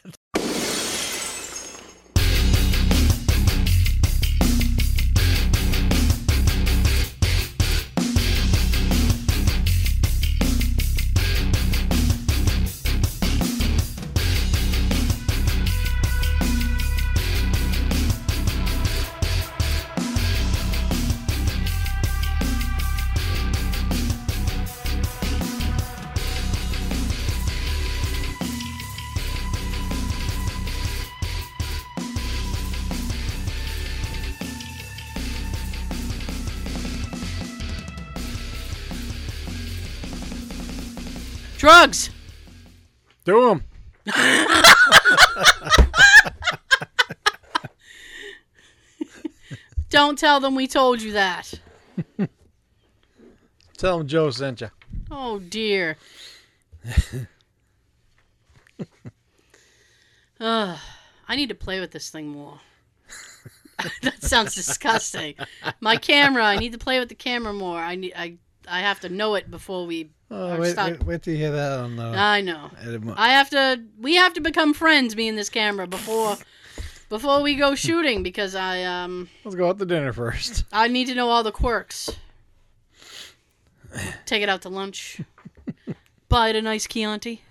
C: Drugs.
B: Do them.
C: Don't tell them we told you that.
B: Tell them Joe sent you.
C: Oh dear. Ugh, I need to play with this thing more. that sounds disgusting. My camera. I need to play with the camera more. I need. I. I have to know it before we.
B: Oh,
C: I'm
B: wait,
C: stuck.
B: wait, wait till you hear that on the.
C: I know.
B: edit mo-
C: I have to. We have to become friends, me and this camera, before before we go shooting, because I um
B: Let's go out to dinner first.
C: I need to know all the quirks. Take it out to lunch. Buy it a nice Chianti.